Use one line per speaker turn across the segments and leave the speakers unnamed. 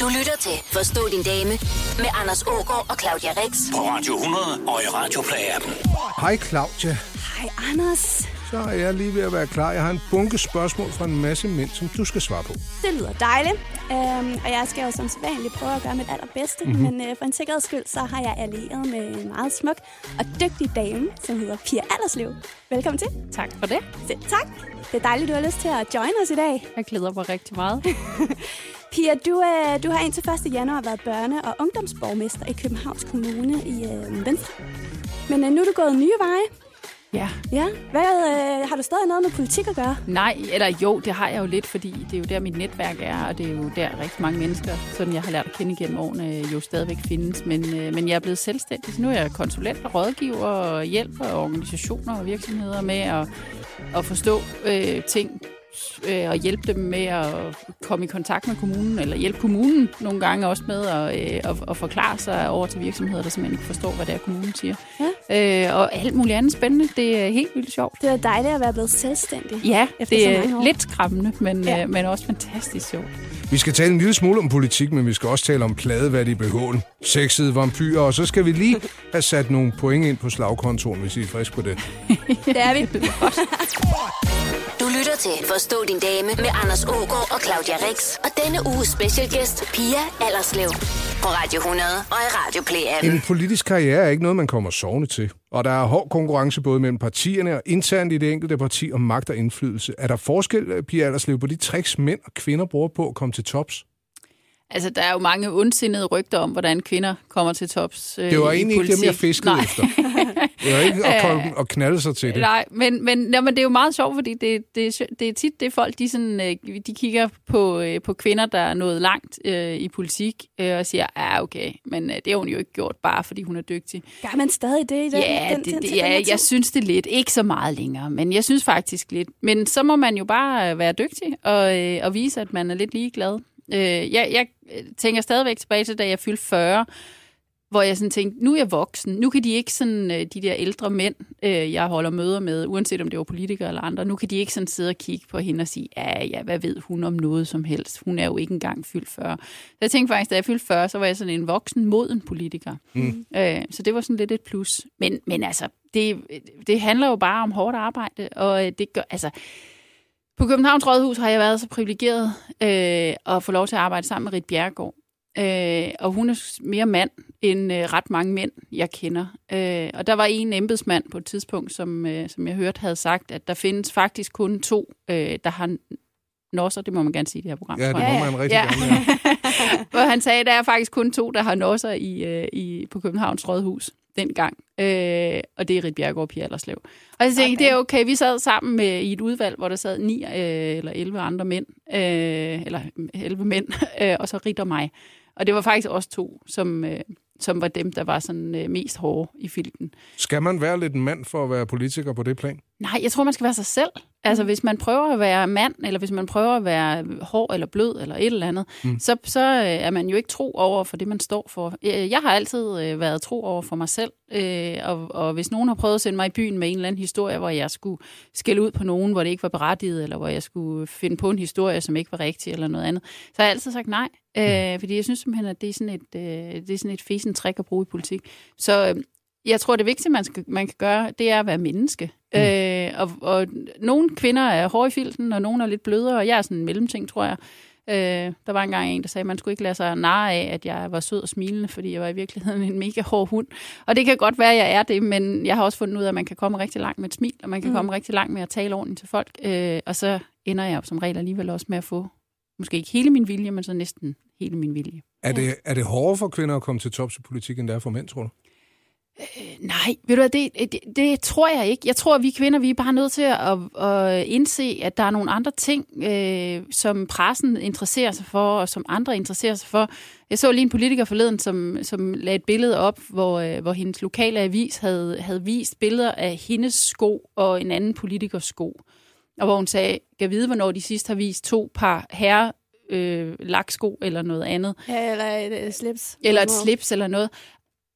Du lytter til Forstå din dame med Anders Ågaard og Claudia Rex.
På Radio 100 og i Radioplay-appen.
Hej Claudia.
Hej, Anders.
Så er jeg lige ved at være klar. Jeg har en bunke spørgsmål fra en masse mænd, som du skal svare på.
Det lyder dejligt. Øhm, og jeg skal jo som sædvanligt prøve at gøre mit allerbedste,
Mhm.
mm-hmm. men øh, for en sikkerheds skyld, så har jeg allieret med en meget smuk og dygtig dame, som hedder Pia Alderslev. Velkommen til.
Tak for det.
Selv tak. Det er dejligt, du har lyst til at join os i dag.
Jeg glæder mig rigtig meget.
Pia, du, øh, du har indtil 1. januar været børne- og ungdomsborgmester i Københavns Kommune i øh, Venstre. Men øh, nu er du gået nye veje.
Ja.
Ja, hvad, øh, har du stadig noget med politik at gøre?
Nej, eller jo, det har jeg jo lidt, fordi det er jo der, mit netværk er, og det er jo der rigtig mange mennesker, som jeg har lært at kende gennem årene, jo stadigvæk findes. Men, øh, men jeg er blevet selvstændig, så nu er jeg konsulent og rådgiver og hjælper organisationer og virksomheder med at, at forstå øh, ting øh, og hjælpe dem med at komme i kontakt med kommunen, eller hjælpe kommunen nogle gange også med at, øh, at, at forklare sig over til virksomheder, der simpelthen ikke forstår, hvad det er, kommunen siger. Ja. Øh, og alt muligt andet spændende. Det er helt vildt sjovt.
Det er dejligt at være blevet selvstændig.
Ja,
Efter
det
så mange år.
er lidt skræmmende, men,
Ja.
ja. øh, men også fantastisk sjovt.
Vi skal tale en lille smule om politik, men vi skal også tale om pladevat i BH'en, sexede vampyrer, og så skal vi lige have sat nogle point ind på slagkontoren, hvis I er friske på det.
Det er vi.
Du lytter til Forstå din dame med Anders Ågaard og Claudia Rex. Og denne uges specialgæst, Pia Alderslev. På Radio 100 og i Radioplay-appen.
En politisk karriere er ikke noget, man kommer sovende til. Og der er hård konkurrence både mellem partierne og internt i det enkelte parti om magt og indflydelse. Er der forskel, øh, Pia Alderslev, på de tricks, mænd og kvinder bruger på at komme til tops?
Altså, der er jo mange ondsindede rygter om, hvordan kvinder kommer til tops øh,
Det var
i
egentlig ikke dem,
politik.
jeg fiskede
Nej.
efter. Det var ikke at, komme og knalde sig til det.
Nej, men, men, nej, men det er jo meget sjovt, fordi det, det, er sjø- det er tit det folk, de, sådan, øh, de kigger på, øh, på kvinder, der er nået langt øh, i politik, øh, og siger, ja okay, men øh, det har hun jo ikke gjort, bare fordi hun er dygtig.
Gør man stadig det i den,
Ja,
den,
det,
den,
det,
til den her
ja
tid?
jeg synes det lidt. Ikke så meget længere, men jeg synes faktisk lidt. Men så må man jo bare øh, være dygtig og, øh, og vise, at man er lidt ligeglad. Øh, jeg, jeg øh, tænker stadigvæk tilbage til, da jeg fyldte 40, hvor jeg sådan tænkte, nu er jeg voksen. Nu kan de ikke sådan, øh, de der ældre mænd, øh, jeg holder møder med, uanset om det var politikere eller andre, nu kan de ikke sådan sidde og kigge på hende og sige, ja, ja, hvad ved hun om noget som helst? Hun er jo ikke engang fyldt 40. Så jeg tænkte faktisk, da jeg fyldte 40, så var jeg sådan en voksen moden politiker. Mm. Øh, så det var sådan lidt et plus. Men, men altså, det, det handler jo bare om hårdt arbejde, og øh, det gør, altså, på Københavns Rådhus har jeg været så privilegeret øh, at få lov til at arbejde sammen med Rit Bjerregaard. Øh, og hun er s- mere mand end øh, ret mange mænd, jeg kender. Øh, og der var en embedsmand på et tidspunkt, som, øh, som jeg hørte havde sagt, at der findes faktisk kun to, øh, der har nosser. Det må man gerne sige i det her program.
Ja, det
tror
må
jeg.
man rigtig
Ja.
gerne. Ja.
Hvor han sagde, at der er faktisk kun to, der har nosser i, øh, i, på Københavns Rådhus dengang. Øh, og det er Rit Bjergård og Pia Allerslev. Og så tænkte okay. det er okay. Vi sad sammen med, i et udvalg, hvor der sad ni øh, eller 11 andre mænd. Øh, eller 11 mænd. Øh, og så Rit og mig. Og det var faktisk os to, som, øh, som var dem, der var sådan øh, mest hårde i filten.
Skal man være lidt en mand for at være politiker på det plan?
Nej, jeg tror, man skal være sig selv. Altså, hvis man prøver at være mand, eller hvis man prøver at være hård eller blød eller et eller andet, mm. så, så øh, er man jo ikke tro over for det, man står for. Øh, Jeg har altid øh, været tro over for mig selv, øh, og, og hvis nogen har prøvet at sende mig i byen med en eller anden historie, hvor jeg skulle skælde ud på nogen, hvor det ikke var berettiget, eller hvor jeg skulle finde på en historie, som ikke var rigtig eller noget andet, så har jeg altid sagt nej. Øh, fordi jeg synes simpelthen, at det er sådan et, øh, det er sådan et fesen trick at bruge i politik. Så øh, jeg tror, det vigtigste, man, skal, man kan gøre, det er at være menneske. Mm. Øh, og, og nogle kvinder er hårde i filten, og nogle er lidt blødere, og jeg er sådan en mellemting, tror jeg. Øh, der var engang en, der sagde, at man skulle ikke lade sig narre af, at jeg var sød og smilende, fordi jeg var i virkeligheden en mega hård hund. Og det kan godt være, at jeg er det, men jeg har også fundet ud af, at man kan komme rigtig langt med et smil, og man kan mm. komme rigtig langt med at tale ordentligt til folk. Øh, og så ender jeg jo som regel alligevel også med at få, måske ikke hele min vilje, men så næsten hele min vilje.
Er det, er det hårdere for kvinder at komme til tops i politik, end det er for mænd, tror du?
Nej, ved du hvad, det, det, det tror jeg ikke. Jeg tror, at vi kvinder, vi er bare nødt til at, at indse, at der er nogle andre ting, øh, som pressen interesserer sig for, og som andre interesserer sig for. Jeg så lige en politiker forleden, som, som lagde et billede op, hvor, øh, hvor hendes lokale avis havde, havde vist billeder af hendes sko og en anden politikers sko. Og hvor hun sagde, kan vide, hvornår de sidst har vist to par herre øh, laksko eller noget andet
Ja, eller et øh, slips.
eller et
Hvor-
slips eller noget.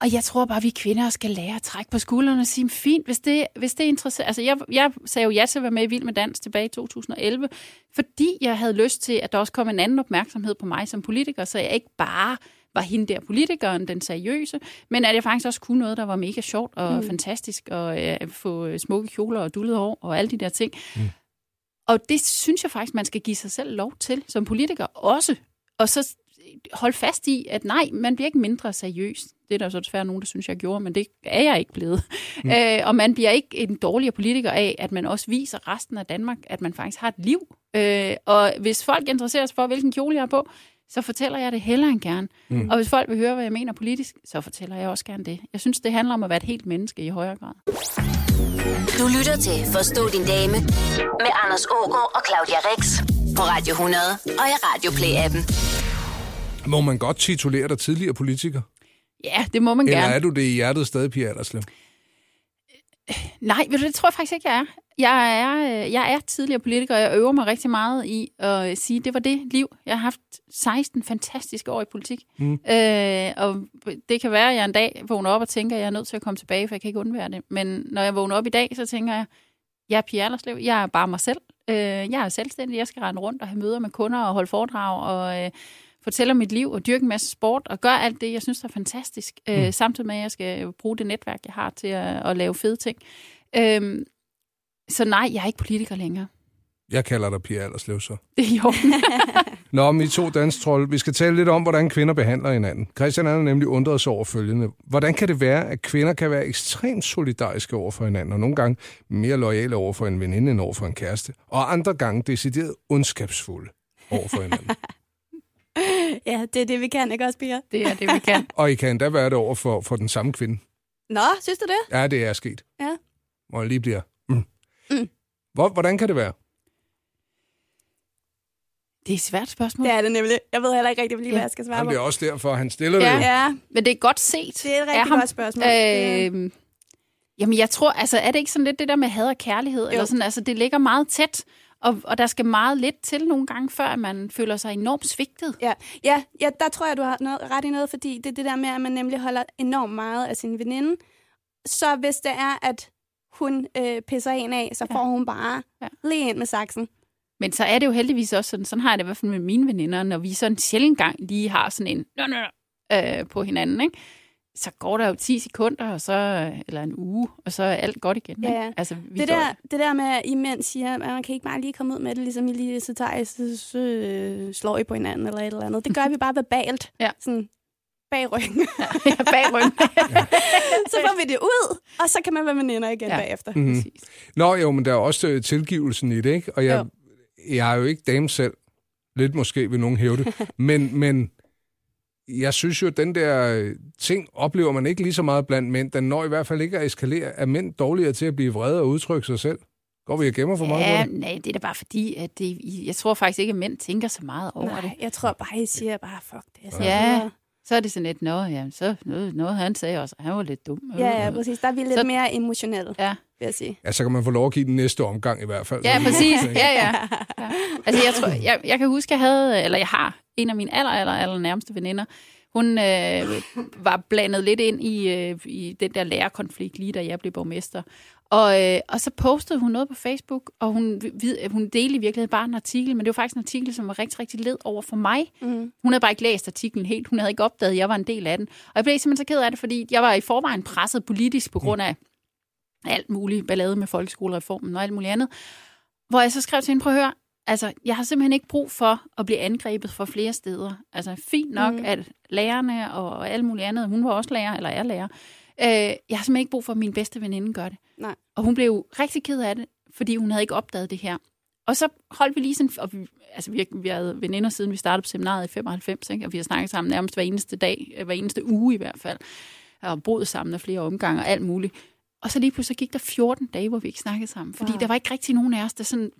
Og jeg tror bare, vi kvinder skal lære at trække på skuldrene og sige, fint, hvis det, hvis det er interessant. Altså, jeg, jeg sagde jo ja til at være med i Vild med Dans tilbage i 2011, fordi jeg havde lyst til, at der også kom en anden opmærksomhed på mig som politiker, så jeg ikke bare var hende der politikeren, den seriøse, men at jeg faktisk også kunne noget, der var mega sjovt og mm. fantastisk, og øh, få øh, smukke kjoler og dullet hår og alle de der ting. Mm. Og det synes jeg faktisk, man skal give sig selv lov til som politiker også. Og så holde fast i, at nej, man bliver ikke mindre seriøs. Det er der så desværre nogen, der synes, jeg gjorde, men det er jeg ikke blevet. Mm. Øh, og man bliver ikke en dårligere politiker af, at man også viser resten af Danmark, at man faktisk har et liv. Øh, og hvis folk interesserer sig for, hvilken kjole jeg har på, så fortæller jeg det hellere end gerne. Mm. Og hvis folk vil høre, hvad jeg mener politisk, så fortæller jeg også gerne det. Jeg synes, det handler om at være et helt menneske i højere grad.
Du lytter til Forstå din dame med Anders Ågaard og Claudia Rex på Radio 100 og i Radio Play-appen.
Må man godt titulere dig tidligere politiker?
Ja, det må man
Eller
gerne.
er du det i hjertet stadig, Pia Alderslev?
Nej, ved du, det tror jeg faktisk ikke, jeg er. Jeg er, øh, jeg er tidligere politiker, og jeg øver mig rigtig meget i at øh, sige, det var det liv. Jeg har haft 16 fantastiske år i politik. Mm. Øh, og det kan være, at jeg en dag vågner op og tænker, at jeg er nødt til at komme tilbage, for jeg kan ikke undvære det. Men når jeg vågner op i dag, så tænker jeg, jeg er Pia Allerslev, jeg er bare mig selv. Øh, jeg er selvstændig, jeg skal rende rundt og have møder med kunder og holde foredrag og øh, fortælle om mit liv og dyrke en masse sport og gøre alt det, jeg synes er fantastisk. Øh, samtidig med, at jeg skal bruge det netværk, jeg har til at, at lave fede ting. Øh, så nej, jeg er ikke politiker længere.
Jeg kalder dig Pia Alderslev så.
Det er jo.
Nå, men I to danstrolle, vi skal tale lidt om, hvordan kvinder behandler hinanden. Christian han har nemlig undret sig over følgende. Hvordan kan det være, at kvinder kan være ekstremt solidariske over for hinanden, og nogle gange mere lojale over for en veninde end over for en kæreste, og andre gange decideret ondskabsfulde over for hinanden?
Ja, det er det, vi kan, ikke også, Pia?
Det er det, vi kan.
og I kan endda være det over for, for den samme kvinde.
Nå, synes du det?
Ja, det er sket.
Ja.
Hvor jeg lige bliver... Mm. Mm. Hvor, hvordan kan det være?
Det er et svært spørgsmål.
Det er det nemlig. Jeg ved heller ikke rigtig, lige, hvad jeg skal svare
Jamen,
på.
det er også derfor, han stiller det.
Ja.
jo.
Ja,
Men det er godt set.
det er et
af
rigtig
ham.
godt spørgsmål. Øh...
Øh, jamen, jeg tror, altså, er det ikke sådan lidt det der med had og kærlighed? Eller sådan, altså, det ligger meget tæt, og, og der skal meget lidt til nogle gange, før at man føler sig enormt svigtet.
Ja. Ja, ja, der tror jeg, du har noget, ret i noget, fordi det er det der med, at man nemlig holder enormt meget af sin veninde. Så hvis det er, at hun øh, pisser en af, så får hun bare
Ja.
ja. lige ind med saksen.
Men så er det jo heldigvis også sådan, sådan har jeg det i hvert fald med mine veninder, når vi sådan sjældent gang lige har sådan en nå, nå, nå, øh, på hinanden, ikke? så går der jo 10 sekunder, og så, eller en uge, og så er alt godt igen.
Ja,
Ikke?
ja.
Altså, vi
Det
går-
der, det der med, at I mænd siger, at man kan ikke bare lige komme ud med det, ligesom I lige så tager I, så, så øh, slår I på hinanden eller et eller andet. Det gør vi bare verbalt.
Ja.
Sådan bag ryggen.
Ja, bag ryggen.
så får vi det ud, og så kan man være veninder igen
Ja.
ja. bagefter.
Mhm.
Præcis.
Nå jo, men der er også øh, tilgivelsen i det, ikke? Og jeg, jeg er jo ikke dame selv. Lidt måske vil nogen hæve det. men, men jeg synes jo, at den der øh, ting oplever man ikke lige så meget blandt mænd. Den når i hvert fald ikke at eskalere. Er mænd dårligere til at blive vrede og udtrykke sig selv? Går vi og gemmer for meget?
Ja,
Ja.
nej, det er da bare fordi, at det, jeg tror faktisk ikke, at mænd tænker så meget over det.
Nej, jeg tror bare, I siger bare, fuck det. altså. Så
Ja, så er det sådan lidt, nå, jamen, så noget, noget han sagde også, han var lidt dum.
Ja, ja, præcis. Der er vi lidt
Så-
så... mere emotionelle,
Ja.
vil jeg sige.
ja, så kan man få lov at give den næste omgang i hvert fald.
Ja,
Så-
præcis. Ja, ja. ja. Altså, jeg, tror, jeg, jeg kan huske, jeg havde, eller jeg har, en af mine aller, aller, aller nærmeste veninder, hun øh, var blandet lidt ind i, øh, i den der lærerkonflikt, lige da jeg blev borgmester. Og, øh, og så postede hun noget på Facebook, og hun, vid- hun delte i virkeligheden bare en artikel, men det var faktisk en artikel, som var rigtig, rigtig led over for mig. Mm. Hun havde bare ikke læst artiklen helt, hun havde ikke opdaget, at jeg var en del af den. Og jeg blev simpelthen så ked af det, fordi jeg var i forvejen presset politisk på grund af alt muligt ballade med folkeskolereformen og alt muligt andet. Hvor jeg så skrev til hende, prøv at høre, altså, jeg har simpelthen ikke brug for at blive angrebet fra flere steder. Altså, fint nok, mm. at lærerne og alt muligt andet, hun var også lærer, eller er lærer. Øh, jeg har simpelthen ikke brug for, at min bedste veninde gør det.
Nej.
Og hun blev jo rigtig ked af det, fordi hun havde ikke opdaget det her. Og så holdt vi lige sådan, og vi, altså vi, vi havde veninder siden vi startede på seminaret i 95, ikke? og vi har snakket sammen nærmest hver eneste dag, øh, hver eneste uge i hvert fald, og boet sammen af flere omgange og alt muligt. Og så lige pludselig gik der 14 dage, hvor vi ikke snakkede sammen, fordi wow.
Wow.
der var ikke rigtig nogen af os, der sådan,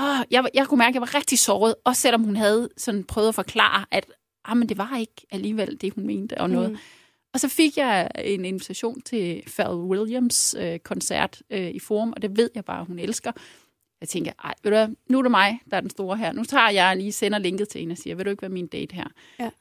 åh, jeg, var- jeg kunne mærke, at jeg var rigtig såret, også selvom hun havde sådan prøvet at forklare, at ah, men det var ikke alligevel det, hun mente og noget. Mm. Og så fik jeg en invitation til Pharrell Williams øh, koncert øh, i Forum, og det ved jeg bare, hun elsker. Jeg tænker, ej, ved du hvad, nu er det mig, der er den store her. Nu tager jeg lige sender linket til hende og siger, vil du ikke være min date her?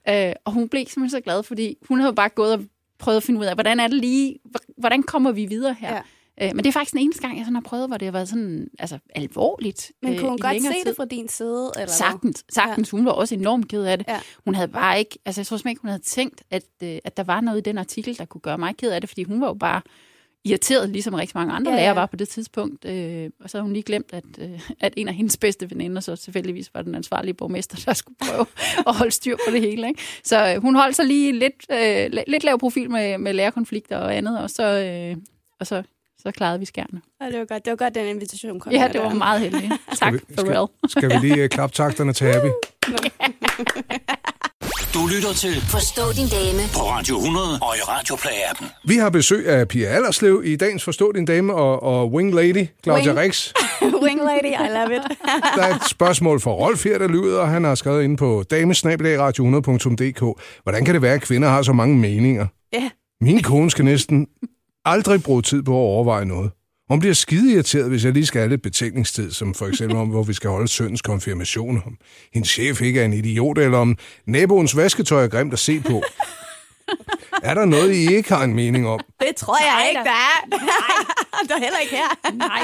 Ja. Øh, og hun blev simpelthen så glad, fordi hun havde bare gået og prøvet at finde ud af, hvordan er det lige, hvordan kommer vi videre her?
Ja.
Ja. Øh, men det er faktisk den eneste gang, jeg sådan har prøvet, hvor det har været sådan, altså, alvorligt.
Men
øh,
kunne hun
i
godt
længere
se
tid.
det fra din side? Eller hvad?
Sagtens, sagtens. Ja. Hun var også enormt ked af det.
Ja.
Ja. Hun havde bare ikke, altså jeg tror simpelthen ikke, hun havde tænkt, at, øh, at der var noget i den artikel, der kunne gøre mig ked af det, fordi hun var jo bare irriteret, ligesom rigtig mange andre
Ja,
ja,
ja.
lærere var på det tidspunkt. Øh, og så havde hun lige glemt, at, øh, at en af hendes bedste veninder så tilfældigvis var den ansvarlige borgmester, der skulle prøve at holde styr på det hele. Ikke? Så øh, hun holdt sig lige lidt, øh, la- lidt lav profil med, med lærerkonflikter og andet, og så, øh, og så, så klarede vi skærne.
Og det var godt, det var godt den invitation kom.
Ja,
ind ad
det var
døren.
meget heldigt.
Skal
Tak,
vi- skal-
Pharrell.
Skal vi lige øh, klappe takterne til Abby?
Du lytter til
Forstå din dame
på Radio 100 og i Radioplay-appen.
Vi har besøg af Pia Allerslev i dagens Forstå din dame og, og Wing Lady, Claudia
Wing.
Rix.
Wing lady, I love it.
Der er et spørgsmål fra Rolf her, der lyder, og han har skrevet inde på damesnabelagradio100.dk. Hvordan kan det være, at kvinder har så mange meninger?
ja.
Min kone skal næsten aldrig bruge tid på at overveje noget. Hun bliver skide irriteret, hvis jeg lige skal have lidt betænkningstid, som for eksempel om, hvor vi skal holde søndens konfirmation, om hendes chef ikke er en idiot, eller om naboens vasketøj er grimt at se på. Er der noget, I ikke har en mening om?
Det tror jeg
Nej
ikke,
da.
der er. der er heller ikke her.
Nej.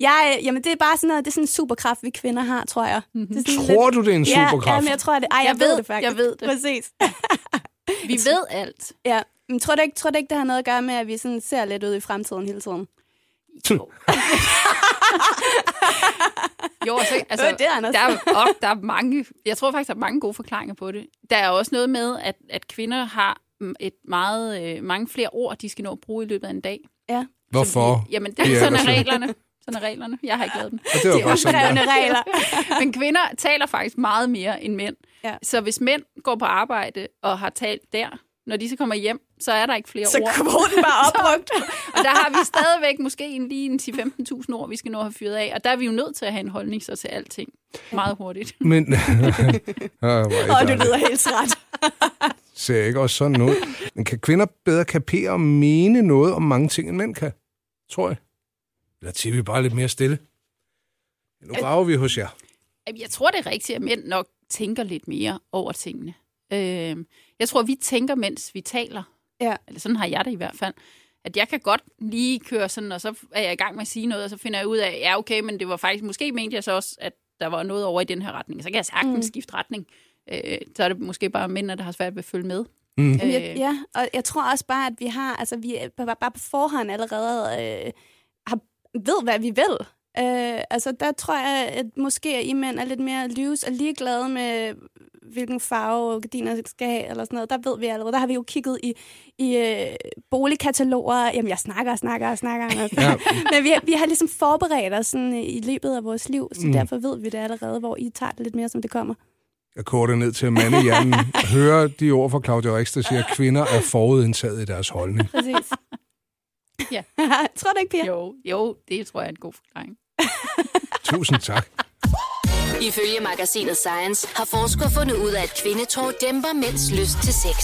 Jeg, øh, jamen, det er bare sådan noget, det er sådan en superkraft, vi kvinder har, tror jeg. Mm-hmm.
Tror du, det er en
Ja,
superkraft?
jamen, jeg tror det. Ej, jeg,
Mhm.
ved,
Jeg ved-
det faktisk.
jeg ved det.
Præcis.
Vi ved alt.
Ja. Men tror du, ikke, tror du ikke, det har noget at gøre med, at vi sådan ser lidt ud i fremtiden hele tiden?
Jo, og så, altså,
Øh, det er Anders.
der, er, og, der er mange, jeg tror faktisk, der er mange gode forklaringer på det. Der er også noget med, at, at kvinder har mm, et meget, øh, mange flere ord, de skal nå at bruge i løbet af en dag.
Ja.
Hvorfor?
Jamen, det,
Ja,
ja, sådan
altså.
er reglerne. Sådan er reglerne. Jeg har ikke lavet dem.
Og det var godt sådan,
Uskrevne
der.
regler.
Men kvinder taler faktisk meget mere end mænd.
Ja.
Så hvis mænd går på arbejde og har talt der, når de så kommer hjem, så er der ikke flere
Så
ord.
kvoten bare opbrugt.
Og der har vi stadigvæk måske en, lige en 10-15.000 ord, vi skal nå at have fyret af. Og der er vi jo nødt til at have en holdning så til alting. Meget hurtigt.
Men... Ah, hvor er I
Og det
dejlige.
lyder helt træt.
ser ikke også sådan ud. Men kan kvinder bedre kapere og mene noget om mange ting, end mænd kan? Tror jeg. Eller tiger vi bare lidt mere stille? Nu graver vi hos jer.
Jamen, Jeg tror, det er rigtigt, at mænd nok tænker lidt mere over tingene. Øh, jeg tror, vi tænker, mens vi taler.
Ja.
Eller sådan har jeg det i hvert fald. At jeg kan godt lige køre sådan, og så er jeg i gang med at sige noget, og så finder jeg ud af, ja okay, men det var faktisk, måske mente jeg så også, at der var noget over i den her retning. Så kan jeg sagtens mm. skifte retning. Øh, så er det måske bare mændene, der har svært ved at følge med.
Mm.
Øh,
Jeg, ja, og jeg tror også bare, at vi har, altså vi er bare bare på forhånd allerede øh, har, ved, hvad vi vil. Øh, altså der tror jeg, at måske I mænd er lidt mere løs og ligeglade med, hvilken farve gardiner skal have, eller sådan noget. Der ved vi allerede. Der har vi jo kigget i, i øh, boligkataloger. Jamen, jeg snakker og snakker og snakker. Anders.
Ja.
Men vi, vi har ligesom forberedt os sådan, øh, i løbet af vores liv, så mm. derfor ved vi det allerede, hvor I tager det lidt mere, som det kommer.
Jeg koger det ned til at mande hjernen. Høre de ord fra Claudia Rix, der siger, at kvinder er forudindtaget i deres holdning.
Præcis.
Ja.
tror du ikke, Pia?
Jo, jo, det tror jeg er en god forklaring.
Tusind tak.
Ifølge magasinet Science har forskere fundet ud af, at kvindetår dæmper mænds lyst til sex.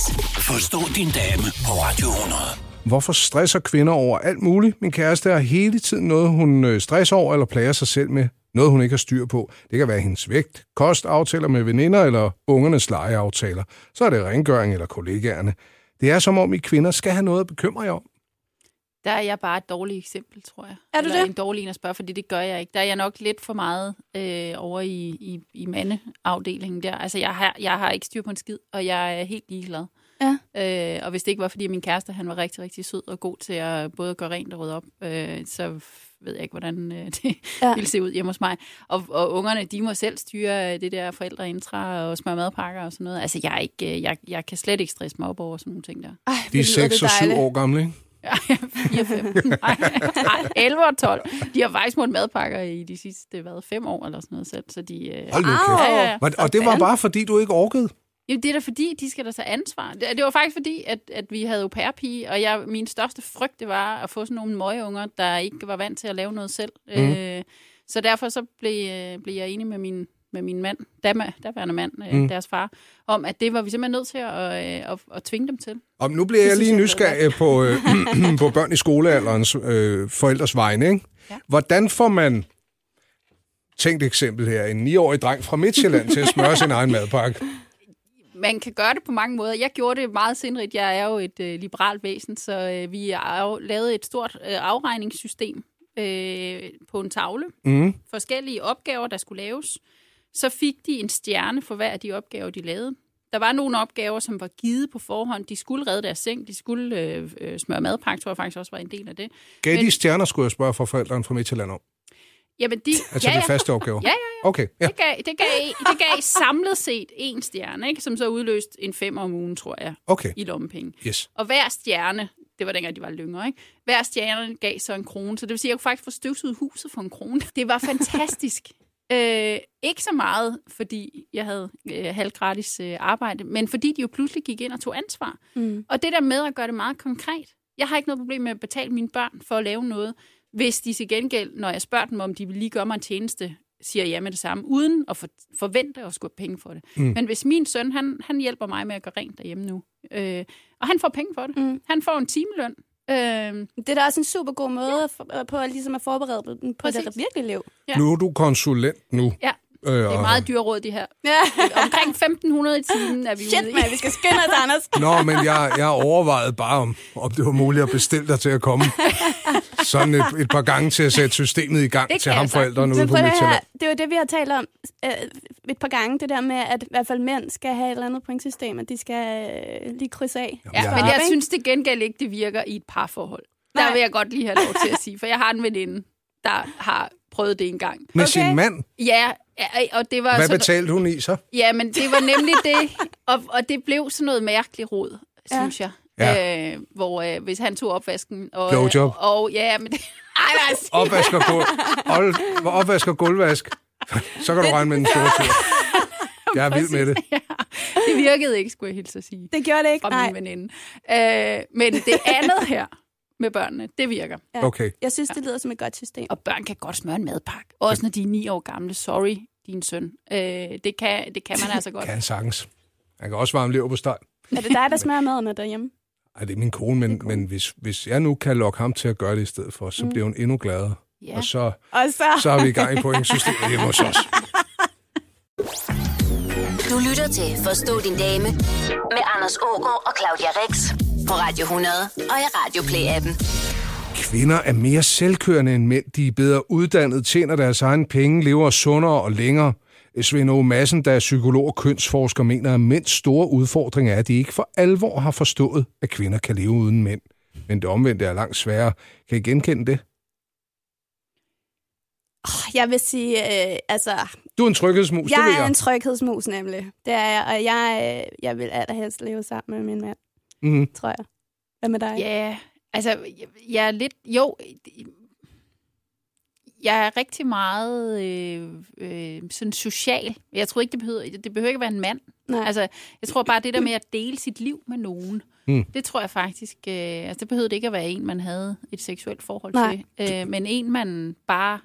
Forstå din dame på Radio 100.
Hvorfor stresser kvinder over alt muligt? Min kæreste har hele tiden noget, hun øh, stresser over eller plager sig selv med. Noget, hun ikke har styr på. Det kan være hendes vægt, kost, aftaler med veninder eller ungernes legeaftaler. Så er det rengøring eller kollegaerne. Det er som om, I kvinder skal have noget at bekymre jer om.
Der er jeg bare et dårligt eksempel, tror jeg.
Er du
Eller
det?
en dårlig en at spørge, fordi det gør jeg ikke. Der er jeg nok lidt for meget øh, over i, i, i mandeafdelingen der. Altså, jeg har, jeg har ikke styr på en skid, og jeg er helt ligeglad.
Ja.
Øh, og hvis det ikke var, fordi min kæreste han var rigtig, rigtig sød og god til at både gøre rent og rydde op, øh, så ved jeg ikke, hvordan øh, det
Ja.
ja. ville se ud hjemme hos mig. Og, og ungerne, de må selv styre øh, det der forældreintra og smøre madpakker og sådan noget. Altså, jeg, er ikke, øh, jeg, jeg kan slet ikke stresse mig op over sådan nogle ting der.
Ej,
De
hvor
er
lyder
6
det
og 7
dejligt.
år gamle, ikke?
4, 5. Nej, nej, 11 og 12. De har faktisk måttet madpakker i de sidste hvad, fem år eller sådan noget selv, så de... Øh,
Hold nu
Au.
kæft.
ja, ja.
Var- Og det var bare, fordi du ikke orkede?
Jamen, det er da fordi, de skal da tage ansvar. Det, det var faktisk fordi, at, at vi havde au pair-pige, og jeg, min største frygt, det var at få sådan nogle møgeunger, der ikke var vant til at lave noget selv. Mm. Øh, så derfor så blev, øh, blev jeg enig med min, med min mand, der, derværende mand, øh, mm. deres far, om at det var vi simpelthen nødt til at, øh, at, at tvinge dem til.
Om nu bliver jeg
synes
lige
jeg er
nysgerrig på, øh, på børn i skolealderens øh, forældres vegne. Ikke? Ja. Hvordan får man, tænkt eksempel her, en 9-årig dreng fra Midtjylland til at smøre sin egen madpakke?
man kan gøre det på mange måder. Jeg gjorde det meget sindrigt. Jeg er jo et øh, liberalt væsen, så øh, vi har jo lavet et stort øh, afregningssystem øh, på en tavle.
Mm.
Forskellige opgaver, der skulle laves. Så fik de en stjerne for hver af de opgaver, de lavede. Der var nogle opgaver, som var givet på forhånd. De skulle redde deres seng, de skulle øh, øh, smøre madpakke, tror jeg faktisk også var en del af det.
Gav
Men-
de stjerner, skulle jeg spørge fra forældrene fra Midtjylland om?
Jamen, de,
Altså ja, ja. det faste opgaver?
Ja, ja,
Okay, ja.
Det gav, det, gav, det gav samlet set en stjerne, ikke? som så udløste en fem om ugen, tror jeg,
Okay,
i lommepenge.
yes.
Og hver stjerne, det var dengang, de var lyngere, ikke? hver stjerne gav så en krone. Så det vil sige, at jeg kunne faktisk få støvsuget huset for en krone. Det var fantastisk. øh, ikke så meget, fordi jeg havde øh, halvgratis øh, arbejde, men fordi de jo pludselig gik ind og tog ansvar.
Mm.
Og det der med at gøre det meget konkret. Jeg har ikke noget problem med at betale mine børn for at lave noget, hvis de til gengæld, når jeg spørger dem, om de vil lige gøre mig en tjeneste, siger ja med det samme, uden at for, forvente at skulle have penge for det. Mm. Men hvis min søn, han, han hjælper mig med at gøre rent derhjemme nu, øh, og han får penge for det.
Mm.
Han får en timeløn. Øh,
Det er da også en super god måde ja. for, på at, ligesom at forberede dem på
Præcis.
det virkelige liv.
Ja.
Nu er du konsulent nu.
ja,
Øh,
det er meget dyre råd, de her.
Ja.
Omkring 1.500 i timen er vi
Shit,
ude i.
man, vi skal skynde os, Anders.
Nå, men jeg, jeg overvejede bare, om, om det var muligt at bestille dig til at komme sådan et, et par gange til at sætte systemet i gang
Det
til
kan
ham
jeg
forældrene ude
Men
på
prøv at høre,
Midtjylland.
det er jo det, vi har talt om øh, et par gange, det der med, at i hvert fald mænd skal have et eller andet pointsystem, og de skal øh, lige krydse af.
Ja,
Ja.
men jeg
Ikke?
synes til gengæld ikke, det virker i et parforhold. Nej. Der
Nej.
vil jeg godt lige have lov til at sige, for jeg har en veninde, der har prøvet det en gang.
Med
okay.
sin mand,
Ja, ja, og det var...
hvad
sådan-
betalte hun i så?
Ja, men det var nemlig det, og, og det blev sådan noget mærkeligt råd,
Ja.
synes jeg. Øh, hvor øh, hvis han tog opvasken... Og, øh,
Blowjob.
Og, og ja, men... det- Ej, nej, altså,
Opvask og, gulv, ol- opvask og gulvvask. Så kan du regne med den store tur. Jeg er vild med det.
ja, det virkede ikke, skulle jeg hilse at sige,
Det gjorde det ikke,
fra
nej.
min veninde. Øh, men det andet her med børnene, det virker.
Ja.
Okay.
Jeg synes, det lyder som et godt system.
Og børn kan godt smøre en madpakke. Også når de er ni år gamle. Sorry, din søn. Øh, det, kan, det kan man altså godt.
Kan han sagtens. Han kan også varme lever på steg.
Er det dig, der smører maden af derhjemme?
Ej, det er min kone, Mm. men, men hvis, hvis jeg nu kan lokke ham til at gøre det i stedet for, så bliver hun endnu gladere.
Ja.
Og så,
Og så...
så har vi i gang i pointsystemet hjemme hos os.
Du lytter til Forstå din dame med Anders Ågaard og Claudia Rex på Radio 100 og i Radio Play-appen.
Kvinder er mere selvkørende end mænd. De er bedre uddannet, tjener deres egen penge, lever sundere og længere. Svend O. Madsen, der er psykolog og kønsforsker, mener, at mænds store udfordring er, at de ikke for alvor har forstået, at kvinder kan leve uden mænd. Men det omvendte er langt sværere. Kan I genkende det?
Jeg vil sige, øh, altså,
Du er en tryghedsmus, det ved
jeg er
jeg.
en tryghedsmus nemlig. Det er jeg, og jeg, øh, jeg vil allerhelst leve sammen med min mand,
Mm.
tror jeg. Hvad med dig?
Ja, altså, jeg, jeg er lidt... Jo, det- jeg er rigtig meget øh, øh, sådan social. Jeg tror ikke, det behøver, det behøver ikke at være en mand.
Nej.
Altså, jeg tror bare, det der med at dele sit liv med nogen,
Mm.
mm. det tror jeg faktisk... Øh, altså, det behøvede det ikke at være en, man havde et seksuelt forhold
Nej.
til. Øh, men en, man bare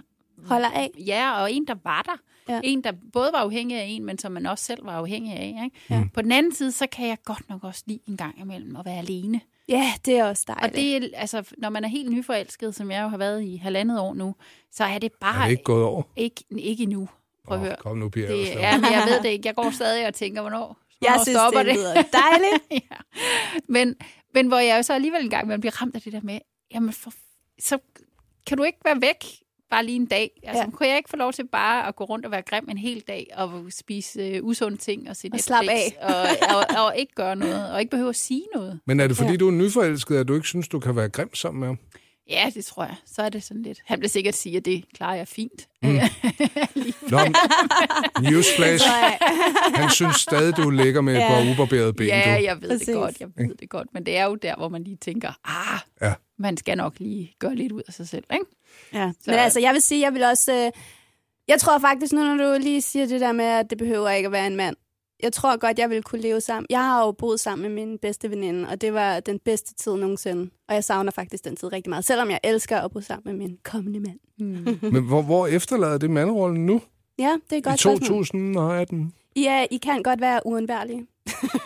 Holder af.
Ja, og en, der var der.
Ja.
Ja. En, der både var afhængig af en, men som man også selv var afhængig af. Ikke?
Ja.
Ja. På den anden side, så kan jeg godt nok også lide en gang imellem at være alene.
Ja, det er også dejligt.
og det er, altså, når man er helt nyforelsket, som jeg jo har været i halvandet år nu, så er det bare
Er det ikke gået over?
ikke, ikke nu. Prøv at
Åh,
høre.
kom nu, Pia.
Det,
Allerslev.
ja, men jeg ved det ikke. Jeg går stadig og tænker, hvornår, hvornår
jeg synes,
stopper
det, lyder dejligt.
ja. men, men hvor jeg jo så alligevel en gang man bliver ramt af det der med, jamen for, så kan du ikke være væk bare lige en dag. Altså,
Ja.
ja. kunne jeg ikke få lov til bare at gå rundt og være grim en hel dag, og spise øh, usunde ting, og se
Og
Netflix,
slappe
og, og, og ikke gøre noget, og ikke behøve at sige noget.
Men er det fordi,
Ja.
ja. du er nyforelsket, at du ikke synes, du kan være grim sammen med ham?
Ja, det tror jeg. Så er det sådan lidt. Han vil sikkert sige, at det klarer jeg fint.
Nå, men- newsflash.
øh,
Han synes stadig, du ligger med et
Ja.
par uberbærede ben.
ja,
du.
jeg ved
Præcis.
det godt, jeg ved det godt. Men det er jo der, hvor man lige tænker, ah,
Ja.
man skal nok lige gøre lidt ud af sig selv, ikke?
Ja,
Så-
men altså, jeg vil sige, jeg vil også... Øh, jeg tror faktisk nu, når du lige siger det der med, at det behøver ikke at være en mand. Jeg tror godt, jeg ville kunne leve sammen. Jeg har jo boet sammen med min bedste veninde, og det var den bedste tid nogensinde. Og jeg savner faktisk den tid rigtig meget, selvom jeg elsker at bo sammen med min kommende mand.
Men hvor, hvor efterlader det mandrollen nu?
Ja, det er et godt
I
spørgsmål.
2018?
Ja, I kan godt være uundværlige.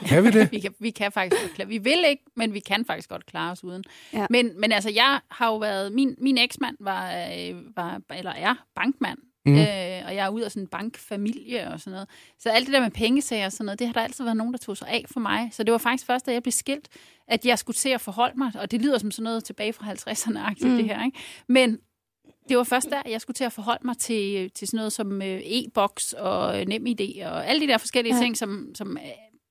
Kan vi det?
Vi kan, vi kan faktisk godt klare. Vi vil ikke, men vi kan faktisk godt klare os uden.
Ja.
Ja. Men, men altså, jeg har jo været... Min, min eksmand var, øh, var, eller er bankmand Mm. Øh, og jeg er ud af sådan en bankfamilie og sådan noget. Så alt det der med pengesager og sådan noget, det har der altid været nogen, der tog sig af for mig. Så det var faktisk først, da jeg blev skilt, at jeg skulle til at forholde mig. Og det lyder som sådan noget tilbage fra 50'erne-agtigt, mm. det her. Ikke? Men det var først der, jeg skulle til at forholde mig til, til sådan noget som øh, e-boks og øh, nem idé og alle de der forskellige ja. ting, som, som øh,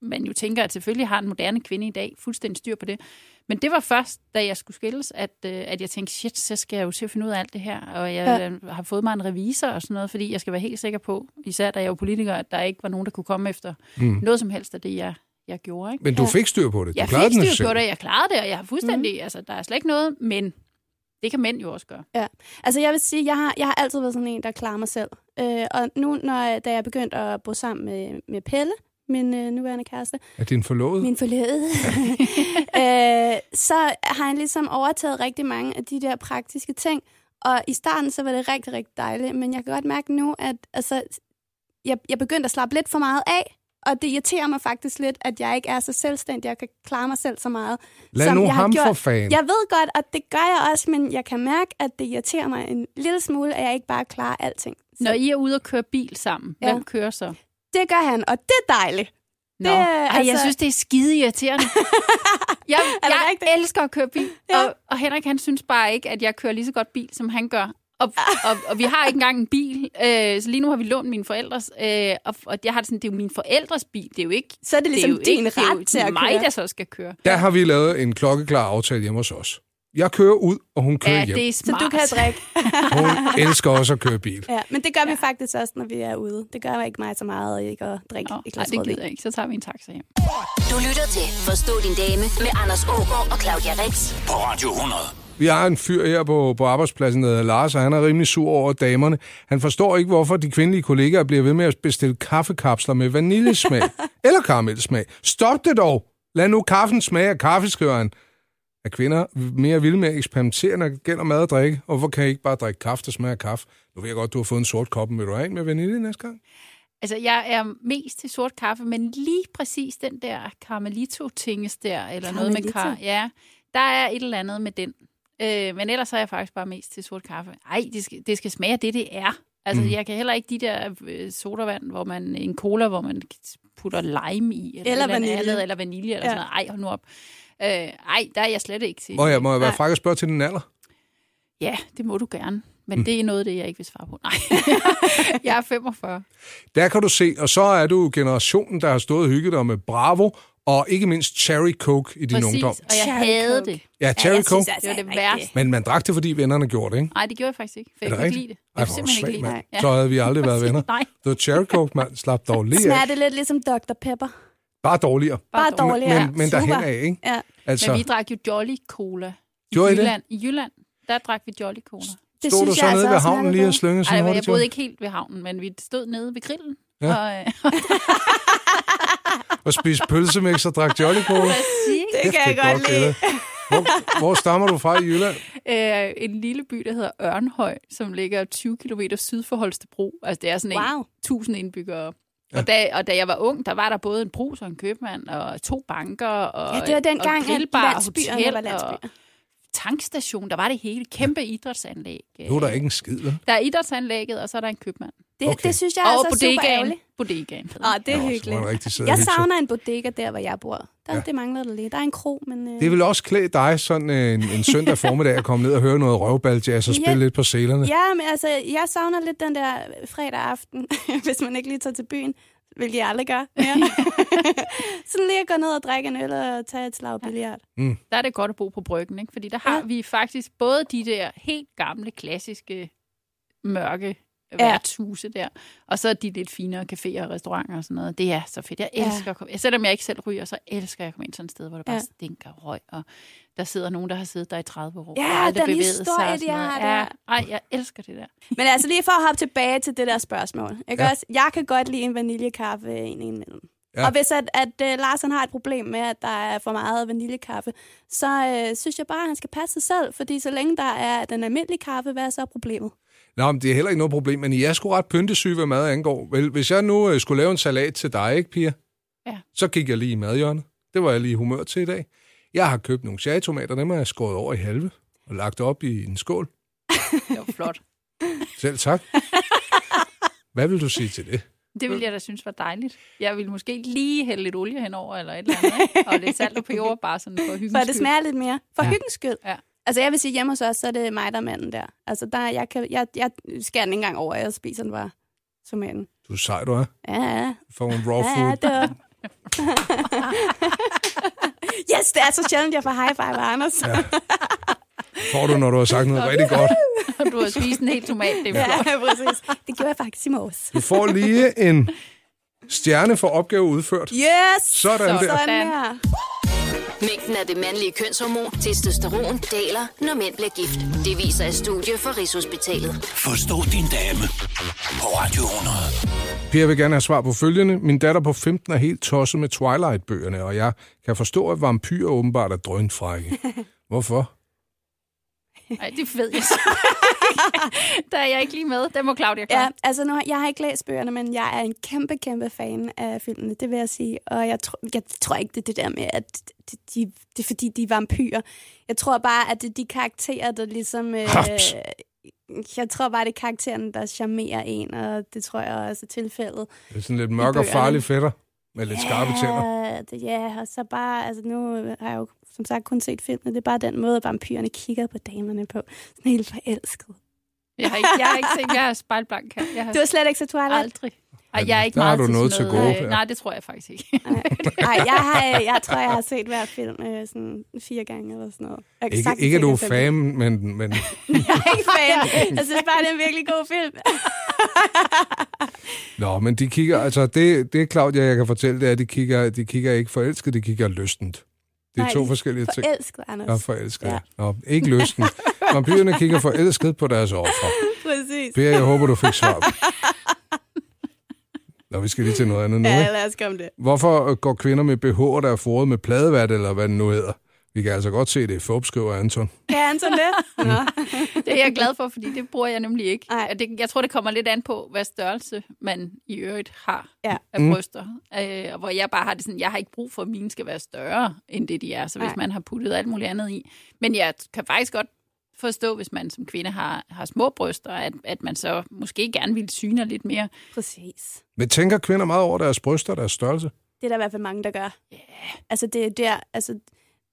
man jo tænker, at selvfølgelig har en moderne kvinde i dag fuldstændig styr på det. Men det var først, da jeg skulle skilles, at, øh, at jeg tænkte, shit, så skal jeg jo til at finde ud af alt det her. Og jeg ja. har fået mig en revisor og sådan noget, fordi jeg skal være helt sikker på, især da jeg var politiker, at der ikke var nogen, der kunne komme efter mm. noget som helst af det, jeg, jeg gjorde. Ikke?
Men du fik styr på det? Du
jeg
klarede den
fik styr
selv.
på det, jeg klarede det, og jeg har fuldstændig, mm. altså der er slet ikke noget, men det kan mænd jo også gøre.
Ja. Altså, jeg vil sige, jeg har, jeg har altid været sådan en, der klarer mig selv. Øh, og nu, når, da jeg begyndte at bo sammen med, med Pelle, min øh, nuværende kæreste,
Er din forlovede?
min forløbede, øh, så har han ligesom overtaget rigtig mange af de der praktiske ting. Og i starten, så var det rigtig, rigtig dejligt. Men jeg kan godt mærke nu, at altså, jeg, jeg begyndte at slappe lidt for meget af. Og det irriterer mig faktisk lidt, at jeg ikke er så selvstændig. Jeg kan klare mig selv så meget.
Lad
som
nu
jeg har
ham
gjort.
for fanden.
Jeg ved godt, og det gør jeg også, men jeg kan mærke, at det irriterer mig en lille smule, at jeg ikke bare klarer alting. Så
Når I er ude og køre bil sammen,
Ja.
ja. hvem kører så?
det gør han, og det er dejligt.
Nå,
Det
det,
er,
Ej, altså... jeg
altså-
synes, det er skide irriterende. jeg
Er det
jeg
rigtigt?
elsker at køre bil, ja. og, og Henrik han synes bare ikke, at jeg kører lige så godt bil, som han gør. Og, og, og vi har ikke engang en bil, øh, så lige nu har vi lånt mine forældres, øh, og, og jeg har det sådan, det er jo mine forældres bil, det er jo ikke...
Så er det ligesom
det er jo
din
ikke, det er jo
ret til at
mig,
køre.
der så skal køre.
Der har vi lavet en klokkeklar aftale hjemme hos os. Jeg kører ud, og hun kører
Ja,
hjem.
det er
Så
smart.
du kan drikke.
Hun elsker også at køre bil.
Ja, men det gør vi faktisk også, når vi er ude. Det gør ikke mig så meget ikke at drikke
Nå,
et
nej,
glas
det
rødvin.
gider jeg ikke, så tager vi en taxa hjem.
Du lytter til Forstå din dame med Anders Ågaard og Claudia Rex.
På Radio 100.
Vi har en fyr her på, på arbejdspladsen, der hedder Lars, og han er rimelig sur over damerne. Han forstår ikke, hvorfor de kvindelige kollegaer bliver ved med at bestille kaffekapsler med vaniljesmag eller karamelsmag. Stop det dog! Lad nu kaffen smage af kaffe, skriver han. Er kvinder mere vilde med at eksperimentere, når det gælder mad og drikke? Og hvorfor kan I ikke bare drikke kaffe, der smager af kaffe? Nu ved jeg godt, du har fået en sort kop, men vil du have en med vanilje næste gang?
Altså, jeg er mest til sort kaffe, men lige præcis den der Carmelito-tinges der, eller noget med kar.
Carmelito?
Ja, der er et eller andet med den. Øh, men ellers er jeg faktisk bare mest til sort kaffe. Ej, det skal, det skal smage af det, det er. Altså, mm. jeg kan heller ikke de der øh, sodavand, hvor man, en cola, hvor man putter lime i, eller,
Eller
et andet,
vanilje.
Andet, eller vanilje, eller
Ja.
ja. sådan noget. Ej, hold nu op. Øh, ej, der er jeg slet ikke til.
Må jeg, må jeg være
Nej.
fræk og spørge til din alder?
Ja, det må du gerne. Men mm. det er noget af det, jeg ikke vil svare på. Nej, jeg er 45.
Der kan du se, og så er du generationen, der har stået og hygget dig med Bravo, og ikke mindst Cherry Coke i din
præcis,
ungdom.
og jeg
Cherry
havde
Coke.
det.
Ja, Cherry
jeg
Coke.
synes altså
Det var
heller
det
ikke
værste.
Men man drak det, fordi vennerne gjorde det, ikke?
Nej, det gjorde jeg faktisk ikke, for
Er
jeg
det
kunne ikke lide det.
Ej,
Jeg
hvor
kunne
er du
simpelthen
svag,
ikke lide det.
mand. Så havde vi aldrig været venner.
Nej,
Det var Cherry Coke, mand. Slap dog lige af.
Smager det lidt ligesom Dr. Pepper?
Bare dårligere.
Bare
Bare
dårligere.
Men, men derhen af, ikke?
Ja,
Altså,
men vi drak jo Jolly Cola. I
Gjorde I det?
Jylland. I Jylland, der drak vi Jolly Cola.
det altså
stod du så
altså
nede ved
også
havnen
smager
lige og
lidt
slyngede
Ej,
sådan
jeg
hurtigt?
boede
til?
ikke helt ved havnen, men vi stod nede ved grillen.
Ja.
Ja. Og, øh,
Og spiste pølsemix og drak Jolly Cola.
af. Det kan jeg godt lide.
Hvor, hvor stammer du fra i Jylland?
øh, en lille by, der hedder Ørnhøj, som ligger 20 km syd for Holstebro. Altså, det er sådan en
Wow.
1000 indbyggere. Og da, og da jeg var ung, der var der både en brus og en købmand og to banker og
Ja, det var den
og
gang,
en
at
grillbar og
landsbyerne
hotel
var
og
landsbyer.
tankstation. Der var det hele. Kæmpe idrætsanlæg. øh,
Nu er der ikke en skid, vel?
Der er idrætsanlægget, og så er der en købmand.
Det,
Okay.
det synes jeg
og
altså er super
bodegaen.
ærgerligt.
bodegaen.
Åh, det er
Nå, så må
hyggeligt.
man rigtig sidde og
Jeg
hygge sig.
savner en bodega der, hvor jeg bor. Der,
Ja.
ja. Det mangler der lidt. Der er en kro, men... Øh,
Det vil også klæde dig sådan øh, en, en søndag formiddag at komme ned og høre noget røvballjazz og spille
Ja.
lidt på selerne.
Ja, men altså, jeg savner lidt den der fredag aften, hvis man ikke lige tager til byen, hvilket jeg aldrig gør. Ja. Sådan lige at gå ned og drikke en øl og tage et slag billiard.
Der er det godt at bo på bryggen, ikke? Fordi der har
Ja.
ja. vi faktisk både de der helt gamle, klassiske, mørke
Ja.
værtshuse der, og så de lidt finere caféer og restauranter og sådan noget. Det er så fedt. Jeg
Ja.
elsker at komme. Selvom jeg ikke selv ryger, så elsker jeg at komme ind sådan et sted, hvor der bare
Ja.
stinker røg, og der sidder nogen, der har siddet der i 30 år.
Ja,
og aldrig
den
bevæget
historie,
sig og sådan
de
noget.
har der.
ja. Ej, jeg elsker det der.
Men altså lige for at hoppe tilbage til det der spørgsmål. Ikke
Ja.
ja. også? Jeg kan godt lide en vaniljekaffe en imellem.
Ja.
Ja. Og hvis at, at uh, Lars han har et problem med, at der er for meget vaniljekaffe, så øh, synes jeg bare, at han skal passe sig selv, fordi så længe der er den almindelige kaffe, hvad er så problemet?
Nå, men det er heller ikke noget problem, men I er sgu ret pyntesyge, hvad mad angår. Vel, hvis jeg nu øh, skulle lave en salat til dig, ikke, Pia?
Ja.
Så gik jeg lige i madhjørnet. Det var jeg lige i humør til i dag. Jeg har købt nogle cherrytomater, dem har jeg skåret over i halve og lagt op i en skål.
Det var flot.
Selv tak. Hvad vil du sige til det?
Det ville jeg da synes var dejligt. Jeg ville måske lige hælde lidt olie henover, eller et eller andet, ikke? og lidt salt og peber, bare sådan for hyggens
For at det
skyld.
smager lidt mere. For ja. hyggens skyld.
Ja.
Altså, jeg vil sige, hjemme hos os, så er det mig, der er manden der. Altså, der, jeg, kan, jeg, jeg skærer den ikke engang over, jeg spiser den bare som manden.
Du er sej, du er.
Ja, ja.
For en raw
Ja, ja,
food.
det var... yes, det er så sjældent, jeg får high five af Anders. Ja,
Får du, når du har sagt noget rigtig godt.
Du har spist en hel tomat, det er flot.
ja præcis. Det gjorde jeg faktisk i morges.
Du får lige en stjerne for opgave udført.
Yes!
Sådan der.
Sådan her.
Mængden af det mandlige kønshormon, testosteron, daler, når mænd bliver gift. Det viser et studie fra Rigshospitalet.
Forstå din dame på Radio 100.
Per vil gerne have svar på følgende. Min datter på 15 er helt tosset med Twilight-bøgerne, og jeg kan forstå, at vampyrer åbenbart er drønfrække. Hvorfor?
Nej, det ved jeg så. Der er jeg ikke lige med. Den må Claudia klare.
Ja, altså nu, har- jeg har ikke læst bøgerne, men jeg er en kæmpe, kæmpe fan af filmene, det vil jeg sige. Og jeg, tr- jeg tror ikke, det er det der med, at de, de, det er fordi, de er vampyrer. Jeg tror bare, at det er de karakterer, der ligesom... Øh,
Haps.
jeg tror bare, det er karaktererne, der charmerer en, og det tror jeg også er tilfældet.
Det er sådan lidt mørk og
bøgerne.
farlig fætter med lidt skarpe tænder.
Ja, det- Ja, og så bare, altså nu har jeg jo som sagt kun set filmene, det er bare den måde, vampyrerne kigger på damerne på. Sådan helt forelsket.
Jeg har ikke, jeg har ikke set, jeg er spejlblank her. Jeg har
Du har slet ikke set Twilight?
aldrig. Ej, jeg er ikke
Der har
meget
du
til
noget
sådan
til gode,
øh,
Per.
Nej, det tror jeg faktisk ikke.
Nej, jeg, har, øh, jeg tror, jeg har set hver film øh, sådan fire gange eller sådan noget. Jeg kan
Ikke,
sagtens
ikke at
se
du er
den fem
fan,
gange.
men, men
Jeg er ikke fan. Jeg synes bare, det er en virkelig god film.
Nå, men de kigger, altså det, det Claudia, jeg kan fortælle, det er, at de kigger, de kigger ikke forelsket, de kigger lystent. Det er
Nej,
to
de-
forskellige ting.
Forelsket,
Ja,
Anders.
forelsket. Ja.
Ja.
Nå, ikke lysten. Vampyrerne kigger forelsket på deres offer.
Præcis.
Per, jeg håber, du fik svar. Nå, vi skal lige til noget andet nu,
Ja,
ikke?
lad os komme det.
Hvorfor øh, går kvinder med BH'er, der er foret med pladevat, eller hvad det nu hedder? Vi kan altså godt se det i Forbes, skriver Anton.
Kan Anton det? Nå.
Det er jeg glad for, fordi det bruger jeg nemlig ikke.
Nej.
Og Det, jeg tror, det kommer lidt an på, hvad størrelse man i øvrigt har
Ja.
af bryster. Øh, og hvor jeg bare har det sådan, jeg har ikke brug for, at mine skal være større, end det de er. Så hvis
Nej.
man har puttet alt muligt andet i. Men jeg kan faktisk godt forstå, hvis man som kvinde har, har små bryster, at, at man så måske gerne ville syne lidt mere.
Præcis.
Men tænker kvinder meget over deres bryster og deres størrelse?
Det er der i hvert fald mange, der gør. Altså, det er der, altså,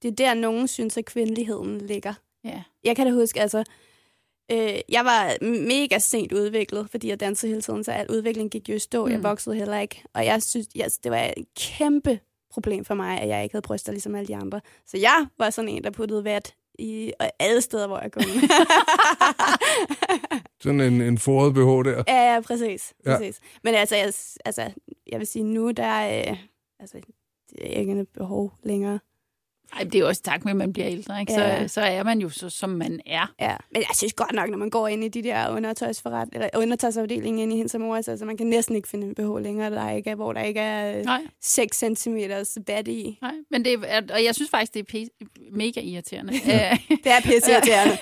det er der nogen synes, at kvindeligheden ligger.
Ja.
jeg kan da huske, altså, øh, jeg var mega sent udviklet, fordi jeg dansede hele tiden, så al udvikling gik jo i stå. Mm. Jeg voksede heller ikke. Og jeg synes, yes, det var et kæmpe problem for mig, at jeg ikke havde bryster ligesom alle de andre. Så jeg var sådan en, der puttede vat i og alle steder, hvor jeg kom.
Sådan en, en foret BH der.
ja, ja, præcis.
Ja.
præcis. Ja. Men altså jeg, altså, jeg vil sige, nu der er, øh, altså, det er ikke noget behov længere.
Ej, det er jo også tak med, at man bliver ældre. Ikke?
Ja.
Så, så er man jo så, som man er.
Ja, men jeg synes godt nok, når man går ind i de der undertøjsforret, eller undertøjsafdelingen ind i hendes mor, så altså, man kan næsten ikke finde en BH længere, der ikke er, hvor der ikke er øh, Nej.
Nej.
6 cm vat i.
Nej, men det er, og jeg synes faktisk, det er pe- mega irriterende. Øh,
Det er pisseirriterende.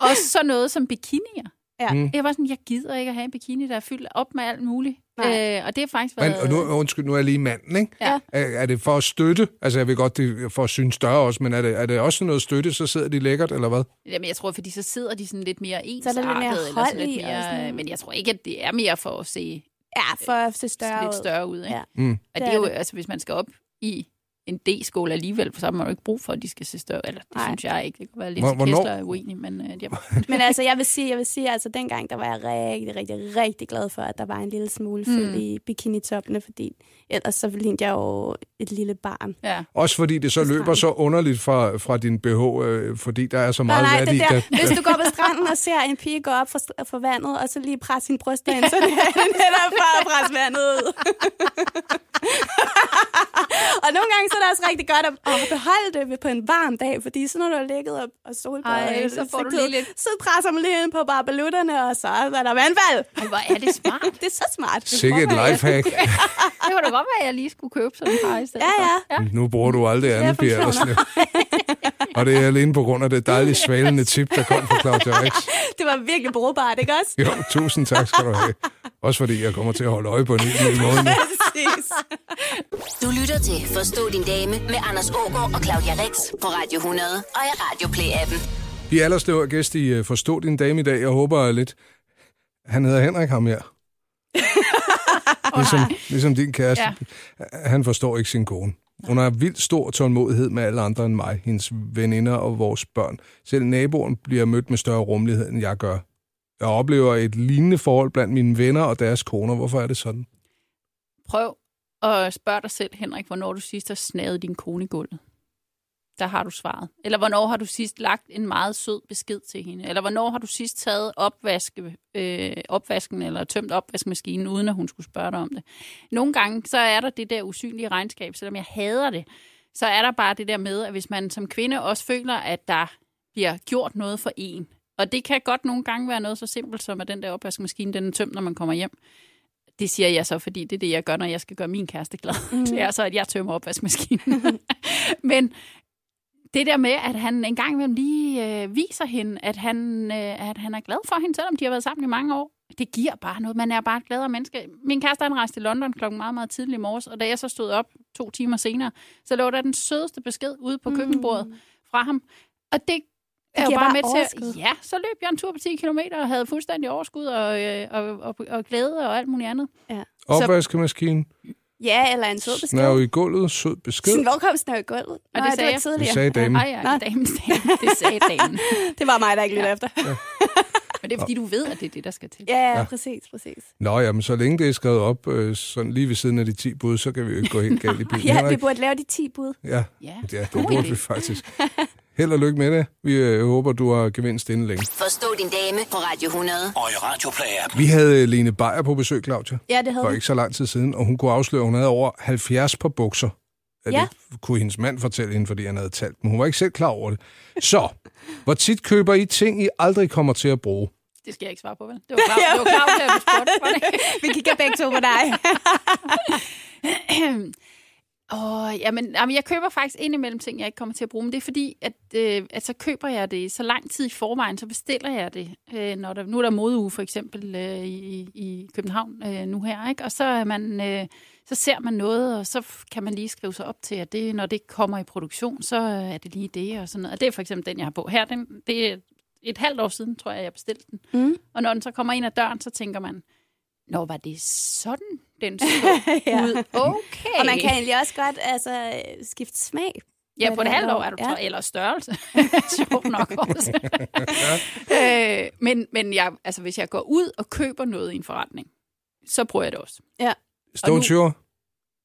også sådan noget som bikinier.
Ja.
Mm.
Mm. Jeg var sådan, jeg gider ikke at have en bikini, der er fyldt op med alt muligt.
Nej.
Øh, og det har faktisk
Men,
været...
og nu, undskyld, nu er jeg lige manden, ikke?
Ja.
Er, er det for at støtte? Altså, jeg ved godt, det er for at synes større også, men er det, er det også noget støtte, så sidder de lækkert, eller hvad?
Jamen, jeg tror, fordi så sidder de sådan lidt mere
Så er der lidt
ensartet.
mere
eller sådan
hold i
lidt
og sådan noget.
mere, men jeg tror ikke, at det er mere for at se
ja, for at se
større
større
lidt
ud.
større ud. Ikke?
Ja.
Ja.
Mm.
Og det
Det
er
er
jo,
det.
altså hvis man skal op i en D-skole alligevel, for så har man jo ikke brug for, at de skal se større. Eller det
Nej.
Nej. synes jeg ikke. Det kan være lidt,
Hvor-
Hvor,
hvornår-
Kessler er uenig, men øh, jeg,
Men altså, jeg vil sige, jeg vil sige, altså dengang, der var jeg rigtig, rigtig, rigtig glad for, at der var en lille smule fyld
Mm.
i bikinitoppene, fordi ellers så lignede jeg jo et lille barn.
ja.
Også fordi det så
Strand.
løber så underligt fra, fra din BH, øh, fordi der er så meget
nej, nej,
vand i.
det der,
Der,
hvis du går på stranden og ser en pige gå op fra, st- fra vandet, og så lige presse sin bryst ind, så er det netop for at presse vandet ud. og nogle gange så er det også rigtig godt at, at beholde det på en varm dag, fordi så når du har ligget op og solbadet,
Ej,
i
så får du
ansigtet,
lige lidt-
så presser man lige ind på barbelutterne, og så er der vandvalg.
Ej, hvor er det smart.
Det er så smart.
Sikke et lifehack.
Det kunne da godt være, at jeg lige skulle købe sådan en par i stedet
Ja, ja.
For. ja.
Nu bruger du aldrig andet, Pia Allerslev. Og det er alene på grund af det dejlige svalende tip, der kom fra Claudia Rex.
Det var virkelig brugbart, ikke også?
Jo, tusind tak skal du have. Også fordi jeg kommer til at holde øje på en helt ny måde. nu.
Præcis.
Du lytter til Forstå din dame med Anders Ågaard og Claudia Rex på Radio 100 og i Radio Play-appen.
Pia Allerslev er gæst i øh, Forstå din dame i dag. Jeg håber lidt... Han hedder Henrik, ham her. Ligesom, ligesom din kæreste.
Ja.
Ja. Han forstår ikke sin kone. Hun har vildt stor tålmodighed med alle andre end mig, hendes veninder og vores børn. Selv naboen bliver mødt med større rummelighed, end jeg gør. Jeg oplever et lignende forhold blandt mine venner og deres koner. Hvorfor er det sådan?
Prøv at spørge dig selv, Henrik, hvornår du sidst har snaget din kone i gulvet. Der har du svaret. Eller hvornår har du sidst lagt en meget sød besked til hende? Eller hvornår har du sidst taget opvaske, øh, opvasken eller tømt opvaskemaskinen, uden at hun skulle spørge dig om det? Nogle gange, så er der det der usynlige regnskab, selvom jeg hader det, så er der bare det der med, at hvis man som kvinde også føler, at der bliver gjort noget for en, og det kan godt nogle gange være noget så simpelt som, at den der opvaskemaskine, den er tømt, når man kommer hjem. Det siger jeg så, fordi det er det, jeg gør, når jeg skal gøre min kæreste glad.
Mhm.
Mm. Det er så, at jeg tømmer opvaskemaskinen. Men det der med, at han en gang imellem lige øh, viser hende, at han, øh, at han er glad for hende, selvom de har været sammen i mange år, det giver bare noget. Man er bare et gladere menneske. Min kæreste han rejste til London klokken meget, meget tidlig i morges, og da jeg så stod op to timer senere, så lå der den sødeste besked ude på køkkenbordet fra ham. Og det er jo
Mm. giver
bare,
bare
med
overskud.
til... Ja, så løb jeg en tur på 10 km og havde fuldstændig overskud og, øh, og, og, og glæde og alt muligt andet.
Opvaskemaskinen,
Ja, eller en sød besked.
snav i gulvet, sød besked.
Sådan, hvor kom snæv i gulvet?
det
Nej,
sagde
var
jeg.
Det
tidligere.
sagde damen.
Ej, ej, damen, damen, det sagde damen.
Det var mig, der ikke lyttede efter.
Men det er, fordi du ved, at det er det, der skal til.
Ja, ja, præcis, præcis.
Nå, jamen, så længe det er skrevet op øh, sådan lige ved siden af de 10 bud, så kan vi jo ikke gå helt galt i byen.
Ja, vi
Henrik?
burde lave de 10 bud.
ja.
Ja,
ja, det
god
burde
idé.
vi faktisk. Held og lykke med det. Vi øh, håber, du har gevinst inden længe.
Forstå din dame på Radio 100.
Og i Radioplay-appen.
Vi havde øh, Lene Beyer på besøg, Claudia,
Ja, det havde
for
vi.
ikke så lang tid siden, og hun kunne afsløre, at hun havde over 70 på bukser. Ja.
Ja.
Det kunne hendes mand fortælle hende, fordi han havde talt, men hun var ikke selv klar over det. Så, hvor tit køber I ting, I aldrig kommer til at bruge?
Det skal jeg ikke svare på, vel? Det var klart, det var klart, at du spurgte. var det ikke?
Vi kigger begge to på dig.
Åh, jamen, jamen, jeg køber faktisk indimellem ting, jeg ikke kommer til at bruge, men det er fordi, at, øh, at så køber jeg det så lang tid i forvejen, så bestiller jeg det. Øh, når der, nu er der modeuge for eksempel øh, i, i København øh, nu her, ikke? og så, er man, øh, så ser man noget, og så f- kan man lige skrive sig op til, at det, når det kommer i produktion, så øh, er det lige det og sådan noget. Og det er for eksempel den, jeg har på her. Den, det er et halvt år siden, tror jeg, jeg bestilte den.
Mm.
Og når den så kommer ind ad døren, så tænker man, Nå, var det sådan, den så
Ja.
ud? Okay.
Og man kan egentlig også godt altså, skifte smag.
Ja,
På
på
et
et halvt år er du
ja.
ja. eller størrelse. Sjovt nok også. øh, men men jeg, altså, hvis jeg går ud og køber noget i en forretning, så bruger jeg det også.
Stone
nu-
Sure?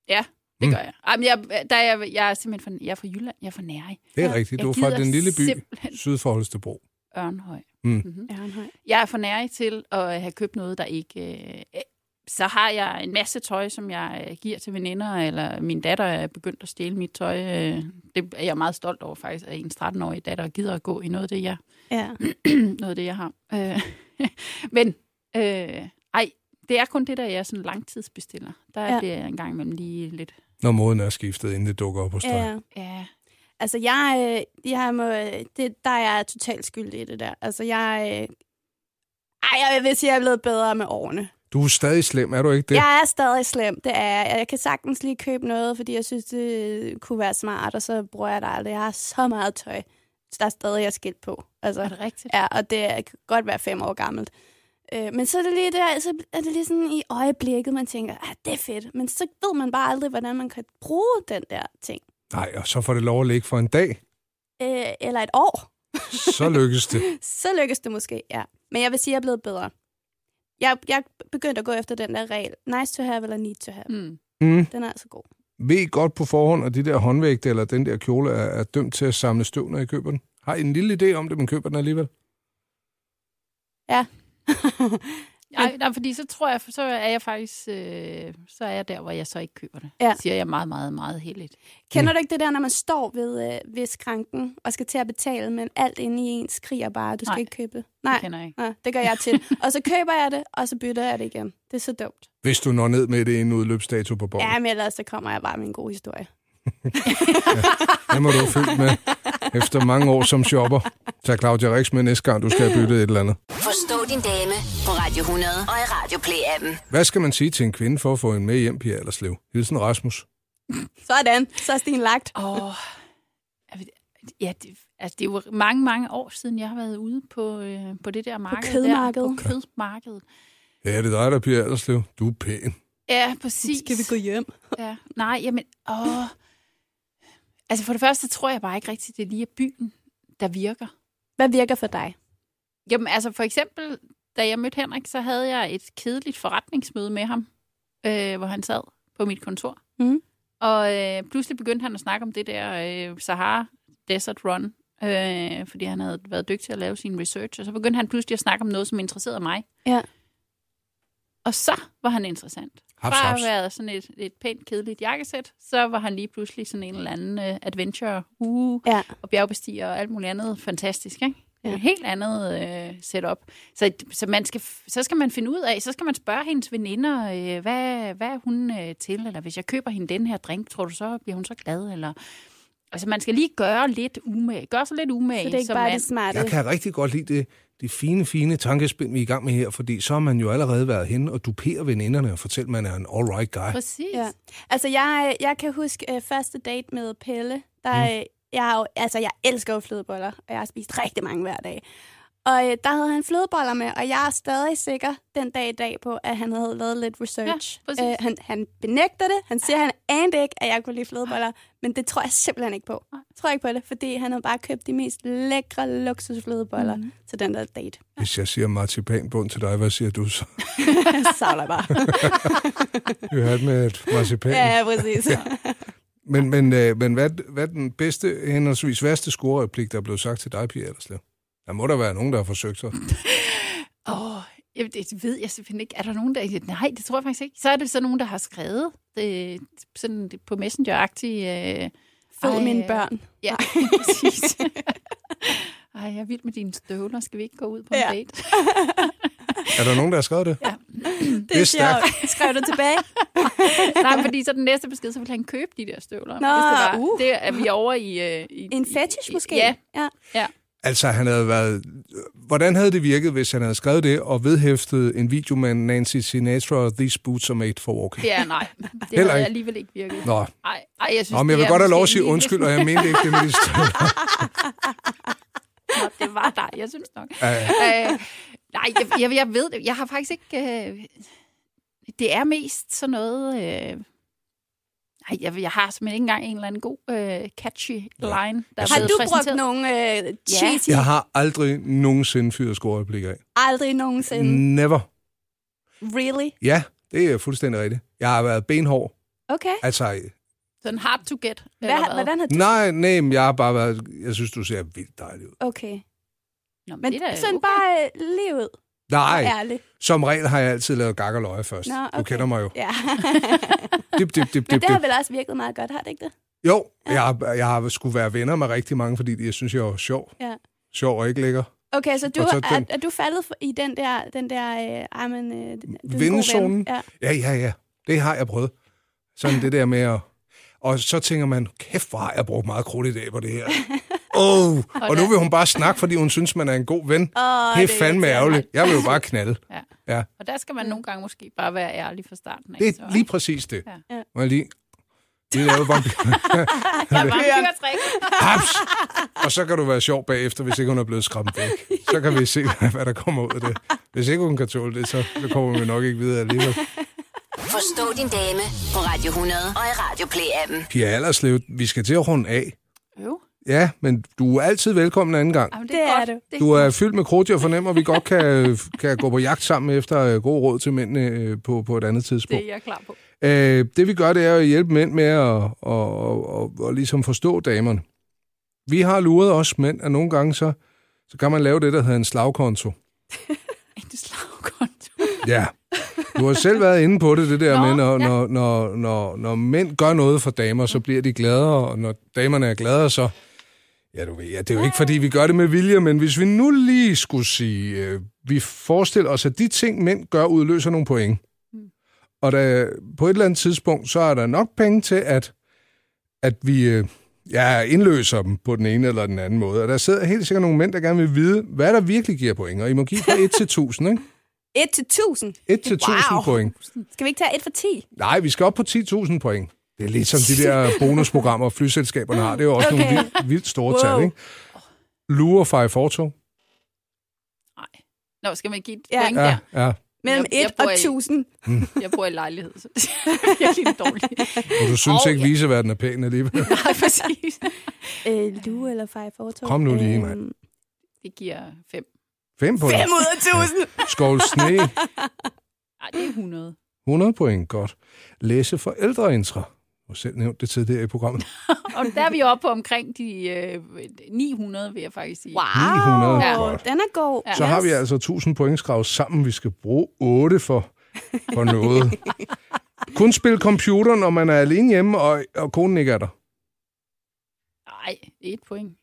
Ja, det
Mm.
gør jeg. Jamen, jeg, der er, jeg, jeg er simpelthen fra, jeg er fra Jylland, jeg er fra Nære.
Det er
Ja.
rigtigt. Du er
Jeg
fra
gider
den lille by
simpelthen-
syd for Holstebro.
Ørnhøj.
Mm.
Mm-hmm.
Ja, nej.
Jeg er for nærig til at have købt noget, der ikke... Øh, øh, så har jeg en masse tøj, som jeg øh, giver til veninder, eller min datter er begyndt at stjæle mit tøj. øh. Det er jeg meget stolt over faktisk, at en 13-årig datter gider at gå i noget af det, jeg
Ja.
noget af det, jeg har. Øh, men, øh, ej, det er kun det, der jeg er sådan langtidsbestiller. Der
Ja.
ja. bliver jeg en gang imellem lige lidt...
Når moden er skiftet, inden det dukker op hos dig.
ja, ja.
Ja,
Altså, jeg, øh, jeg må, øh, det, der er jeg totalt skyldig i det der. Altså, jeg... øh, Ej, jeg vil sige, at jeg er blevet bedre med årene.
Du er stadig slem, er du ikke det?
Det. Jeg er stadig slem, det er jeg. Jeg kan sagtens lige købe noget, fordi jeg synes, det kunne være smart, og så bruger jeg det aldrig. Jeg har så meget tøj, så der er stadig jeg skilt på. Altså,
er det rigtigt?
Ja, og det er- kan godt være fem år gammelt. Øh, men så er det lige der, så er det lige sådan i øjeblikket, man tænker, ah, det er fedt. Men så ved man bare aldrig, hvordan man kan bruge den der ting.
Nej, og så får det lov at ligge for en dag.
Øh, eller et år.
Så lykkes det.
Så lykkes det måske, ja. Men jeg vil sige, at jeg er blevet bedre. Jeg, jeg begyndte at gå efter den der regel. Nice to have eller need to have.
Mm.
Mm.
Den er altså god.
Ved I godt på forhånd, at de der håndvægte eller den der kjole er, er dømt til at samle støv, når I køber den? Har I en lille idé om det, men køber den alligevel?
Ej, nej, fordi så tror jeg, så er jeg faktisk... Øh, så er jeg der, hvor jeg så ikke køber det.
Ja.
Siger jeg meget, meget, meget heldigt.
Kender du ikke det der, når man står ved, øh, ved skranken og skal til at betale, men alt inde i en skriger bare, du skal
Nej.
ikke købe det. Nej,
Nej. Det kender jeg ikke.
nej, det gør jeg til. og så køber jeg det, og så bytter jeg det igen. Det er så dumt.
Hvis du når ned med det inden udløbsdato på bordet.
Ja, men ellers så kommer jeg bare med en god historie.
Det må du have fyldt med efter mange år som shopper. Tag Claudia Rix med næste gang, du skal have byttet et eller andet.
Forstå din dame på Radio 100 og i Radio Play-appen.
Hvad skal man sige til en kvinde for at få en med hjem, Pia Allerslev? Hilsen Rasmus.
Sådan, så er stien lagt.
Åh, ja, det, altså, det er jo mange, mange år siden, jeg har været ude på, øh, på det der marked.
kødmarkedet.
Der, på kødmarkedet.
Ja, det er dig der, Pia Allerslev. Du er pæn.
Ja, præcis.
Skal vi gå hjem?
Ja. Nej, jamen, åh. Altså for det første tror jeg bare ikke rigtigt, det er lige er byen, der virker.
Hvad virker for dig?
Jamen altså for eksempel, da jeg mødte Henrik, så havde jeg et kedeligt forretningsmøde med ham, øh, hvor han sad på mit kontor.
Mhm.
Og øh, pludselig begyndte han at snakke om det der øh, Sahara Desert Run, øh, fordi han havde været dygtig til at lave sin research. Og så begyndte han pludselig at snakke om noget, som interesserede mig.
Ja.
Og så var han interessant
Haps,
fra
haps.
at have været sådan et, et pænt, kedeligt jakkesæt, så var han lige pludselig sådan en eller anden uh, adventure uge
Ja.
og bjergbestiger og alt muligt andet fantastisk, ikke?
Ja.
Ja. Et helt andet øh, setup. Så, så, man skal, f- så skal man finde ud af, så skal man spørge hendes veninder, øh, hvad, hvad er hun øh, til, eller hvis jeg køber hende den her drink, tror du så, bliver hun så glad? Eller, altså man skal lige gøre lidt umage. Gør så lidt umage.
Så det er ikke
som
bare
mand.
det smarte.
Jeg kan rigtig godt lide det, det fine, fine tankespind, vi er i gang med her, fordi så har man jo allerede været hen og duperer veninderne og fortæller, at man er en all right guy.
Præcis.
Ja. Altså, jeg, jeg kan huske øh, første date med Pelle. Der, mm. jeg, har jo- altså, jeg elsker jo flødeboller, og jeg har spist rigtig mange hver dag. Og øh, der havde han flødeboller med, og jeg er stadig sikker den dag i dag på, at han havde lavet lidt research. Øh,
Ja, præcis.
han, han benægter det. Han siger, at han anede ikke, at jeg kunne lide flødeboller. Men det tror jeg simpelthen ikke på. Jeg tror ikke på det, fordi han havde bare købt de mest lækre luksusflødeboller mm. til den der date.
Hvis jeg siger marcipanbund til dig, hvad siger du så?
Jeg savler bare.
Jeg har med et marcipan.
ja, ja, præcis.
Men, men, øh, men hvad, hvad er den bedste, henholdsvis værste scorereplik, der er blevet sagt til dig, Pia Ellerslev? Der må der være nogen, der har forsøgt sig.
Åh, oh, jamen, det ved jeg simpelthen ikke. Er der nogen, der... Nej, det tror jeg faktisk ikke. Så er det så nogen, der har skrevet det, sådan på Messenger-agtig... Øh,
Fed
Ej. øh,
mine børn.
ja, præcis. Ej, jeg er vild med dine støvler. Skal vi ikke gå ud på en
Ja.
ja. date?
Er der nogen, der har skrevet det?
Ja.
Det er stærkt.
sjovt. Skrev du tilbage?
Nej, fordi så den næste besked, så vil han købe de der støvler.
Nå,
det, var.
uh.
det er vi over i... Øh, i
En
i-
fetish måske?
Ja,
ja.
Altså, han havde været... Hvordan havde det virket, hvis han havde skrevet det og vedhæftet en video med Nancy Sinatra, These Boots Are Made for Walking?
det er nej. Det
Heller
havde
ikke.
alligevel ikke virket.
Nå,
Ej, ej, jeg synes,
Nå men jeg
det
vil
er
godt have lov at
måske
sige
lige-
undskyld, og jeg mente ikke det med de støvler.
Nå, det var dig, jeg synes nok.
Ja,
øh, nej, jeg, jeg, jeg ved det. Jeg har faktisk ikke... Øh, det er mest sådan noget... Øh, ej, jeg, jeg har simpelthen ikke engang en eller anden god øh, catchy line, der er
Har
blevet
du brugt
præsenteret.
nogle øh, cheesy? Ja.
Jeg har aldrig nogensinde fyret scorereplikker af.
Aldrig nogensinde. Mm.
Never.
Really?
Ja, det er fuldstændig rigtigt. Jeg har været benhård.
Okay.
Altså,
Sådan hard to get.
Hvad,
eller hvad?
hvordan har du...
nej, nej, men jeg har bare været... Jeg synes, du ser vildt dejlig ud.
Okay.
Nå, men
Men
det er da
sådan
okay.
bare øh, lige ud.
Nej,
Ærligt.
som regel har jeg altid lavet gak og løje først.
Nå,
Du
okay.
kender mig jo.
Ja.
Dip, dip, dip,
Men
dip,
det
dip.
har vel også virket meget godt, har det ikke det?
Jo, jeg, har- jeg har skulle være venner med rigtig mange, fordi de- jeg synes, jeg var sjov.
Ja.
Sjov og ikke lækker.
Okay, så du,
Og så
er,
den-
er du faldet for- i den der, den der øh, ej, men, øh, du er en god ven.
Vindezonen?
Ja.
Ja, ja, ja. Det har jeg prøvet. Sådan det der med at... Og så tænker man, kæft, hvor har jeg brugt meget krudt i dag på det her. Oh, og nu vil hun bare snakke, fordi hun synes, man er en god ven.
Åh,
det er
det
fandme
irriterer
ærgerligt. Jeg vil jo bare knalde.
Ja.
Ja,
Og der skal man nogle gange måske bare være ærlig fra starten af.
det
så,
er lige præcis det.
Ja.
Må jeg lige... Lige lave vampyr.
Jeg var en fyrtræk.
Haps! Og så kan du være sjov bagefter, hvis ikke hun er blevet skræmt væk. Så kan vi se, hvad der kommer ud af det. Hvis ikke hun kan tåle det, så så kommer vi nok ikke videre alligevel.
Forstå din dame på Radio 100 og i Radio Play-appen.
Pia Allerslev, vi skal til at runde af.
Jo,
Ja, men du er altid velkommen en anden gang.
jamen, det,
Det
er
er
godt.
du.
Det,
Du er fyldt med krudt, jeg fornemmer, at vi godt kan, kan gå på jagt sammen efter øh, gode råd til mændene øh, på, på et andet
det
tidspunkt.
er jeg klar på.
Øh, det vi gør, det er at hjælpe mænd med at og, og, og, og ligesom forstå damerne. Vi har luret os mænd, at nogle gange så, så kan man lave det, der hedder en slagkonto.
En slagkonto.
Ja. Du har selv været inde på det, det der Nå,
Nå,
med, når, ja. når,
ja.
når, når, når mænd gør noget for damer, så bliver de gladere, og når damerne er gladere, så... Ja, du ved, ja, det er jo ikke, fordi vi gør det med vilje, men hvis vi nu lige skulle sige, øh, vi forestiller os, at de ting, mænd gør, udløser nogle point. Og der, på et eller andet tidspunkt, så er der nok penge til, at, at vi øh, ja, indløser dem på den ene eller den anden måde. Og der sidder helt sikkert nogle mænd, der gerne vil vide, hvad der virkelig giver point. Og I må give fra 1 til 1000, ikke?
1 til 1000.
1 til 1000
Wow.
point.
Skal vi ikke tage 1 for 10?
Nej, vi skal op på 10.000 point. Det er lidt som de der bonusprogrammer, flyselskaberne har. Det er jo også okay.
Okay.
nogle vildt, vildt store wow.
Wow.
tal, ikke? Lure fra i Forto.
Nej. Nå, skal man give et
Ja.
point
Ja,
der?
ja.
Mellem
Jeg- jeg
1
bor
og
i-
1000.
Jeg bor i lejlighed, så det er virkelig dårligt.
Og du synes
Og
ikke, viseverden er pæn alligevel.
Nej, præcis.
Øh, Lue eller Fej Fortov.
Kom nu lige, mand.
Øhm,
Det giver fem.
Fem point.
5 ud af 1000!
Skål sne.
Nej, det er 100.
100 point. Godt. Læse forældreintra. Du har selv nævnt det tidligere i programmet.
Og der er vi oppe på omkring de øh, 900, vil jeg faktisk sige.
Wow!
900,
Ja.
godt.
Ah, Den er god.
Ja.
Så har vi altså 1000 point skravet sammen. Vi skal bruge 8 for, for noget. Kun spille computer, når man er alene hjemme, og, og konen ikke er der.
Nej, et point.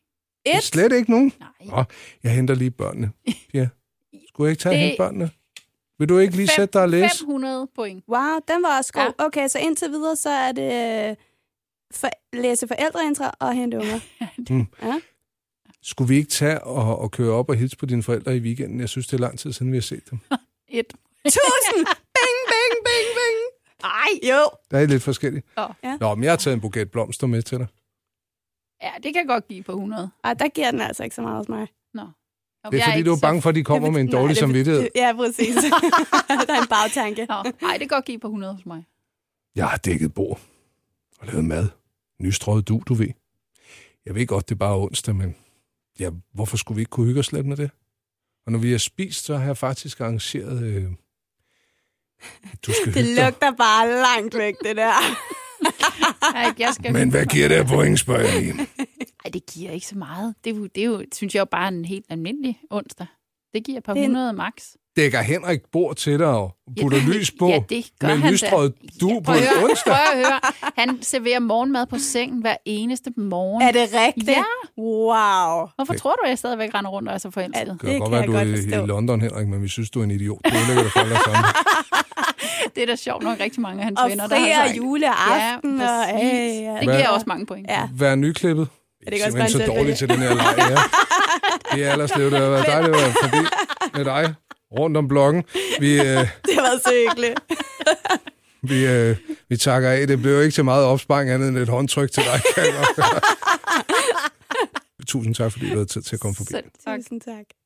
Et.
Slet ikke nogen.
Nej.
Nå, jeg henter lige børnene. Ja. Skulle jeg ikke tage det...
Det-
hente børnene? Vil du ikke lige
Fem-
sætte dig og læse?
500 point.
Wow, den var også god. Okay, så indtil videre, så er det øh, for, læse forældreintra og hente unger.
Skulle vi ikke tage og, og køre op og hilse på dine forældre i weekenden? Jeg synes, det er lang tid siden, vi har set dem.
Et.
1000! Bing, bing, bing, bing!
Nej.
Jo.
Der er lidt forskelligt.
Åh.
Ja.
Nå, men jeg har taget en buket blomster med til dig.
Ja, det kan godt give på 100.
Ej, der giver den altså ikke så meget hos mig.
Nå,
Det er,
jeg
fordi,
ikke
du er
så-
bange for, at de kommer med en
Nej,
dårlig
det er-
samvittighed.
Ja, præcis. der er en bagtanke.
Nå, nej, det kan godt give på 100 hos mig.
Jeg har dækket bord og lavet mad. Nystrøget du, du ved. Jeg ved godt, det er bare onsdag, men ja, hvorfor skulle vi ikke kunne hygge os lidt med det? Og når vi har spist, så har jeg faktisk arrangeret... Øh, at du skal
Det
hygge dig.
lugter bare langt væk, det der.
Ej, jeg skal
Men hvad giver det af point, spørger jeg lige.
Nej, det giver ikke så meget. Det, er jo- det er jo, synes jeg jo bare en helt almindelig onsdag. Det giver et par
Det er en-
100 max.
Dækker Henrik bord til dig og putter
Ja,
lys på
ja, det gør
med
han da.
lystrøget du på
Prøv at
en
høre,
onsdag?
Prøv at høre. Han serverer morgenmad på sengen hver eneste morgen.
Er det rigtigt?
Ja.
Wow.
Hvorfor tror du, at jeg stadigvæk render rundt og er så forelsket?
Det kan
Det
godt
kan
være,
jeg
du
godt
er i-
forstå.
i London, Henrik, men vi synes, du er en idiot. Du ødelægger det for alle sammen.
Det er da sjovt nok rigtig mange af hans
Og
venner, der har
frier
sagt.
juleaften.
ja,
og,
præcis.
øh, ja.
Det giver også mange point.
Ja.
Vær nyklippet.
det ikke også
simpelthen
bare
så
en
dårligt til den her leg, ja. Det er ellers det har været dejligt at være forbi med dig rundt om blokken. Vi, øh,
Det har været så hyggeligt.
vi, øh, vi takker af. Det blev jo ikke til meget opsparing andet end et håndtryk til dig. Kan jeg godt høre. Tusind tak, fordi du havde tid til at komme forbi.
Selv tak.
Tusind tak.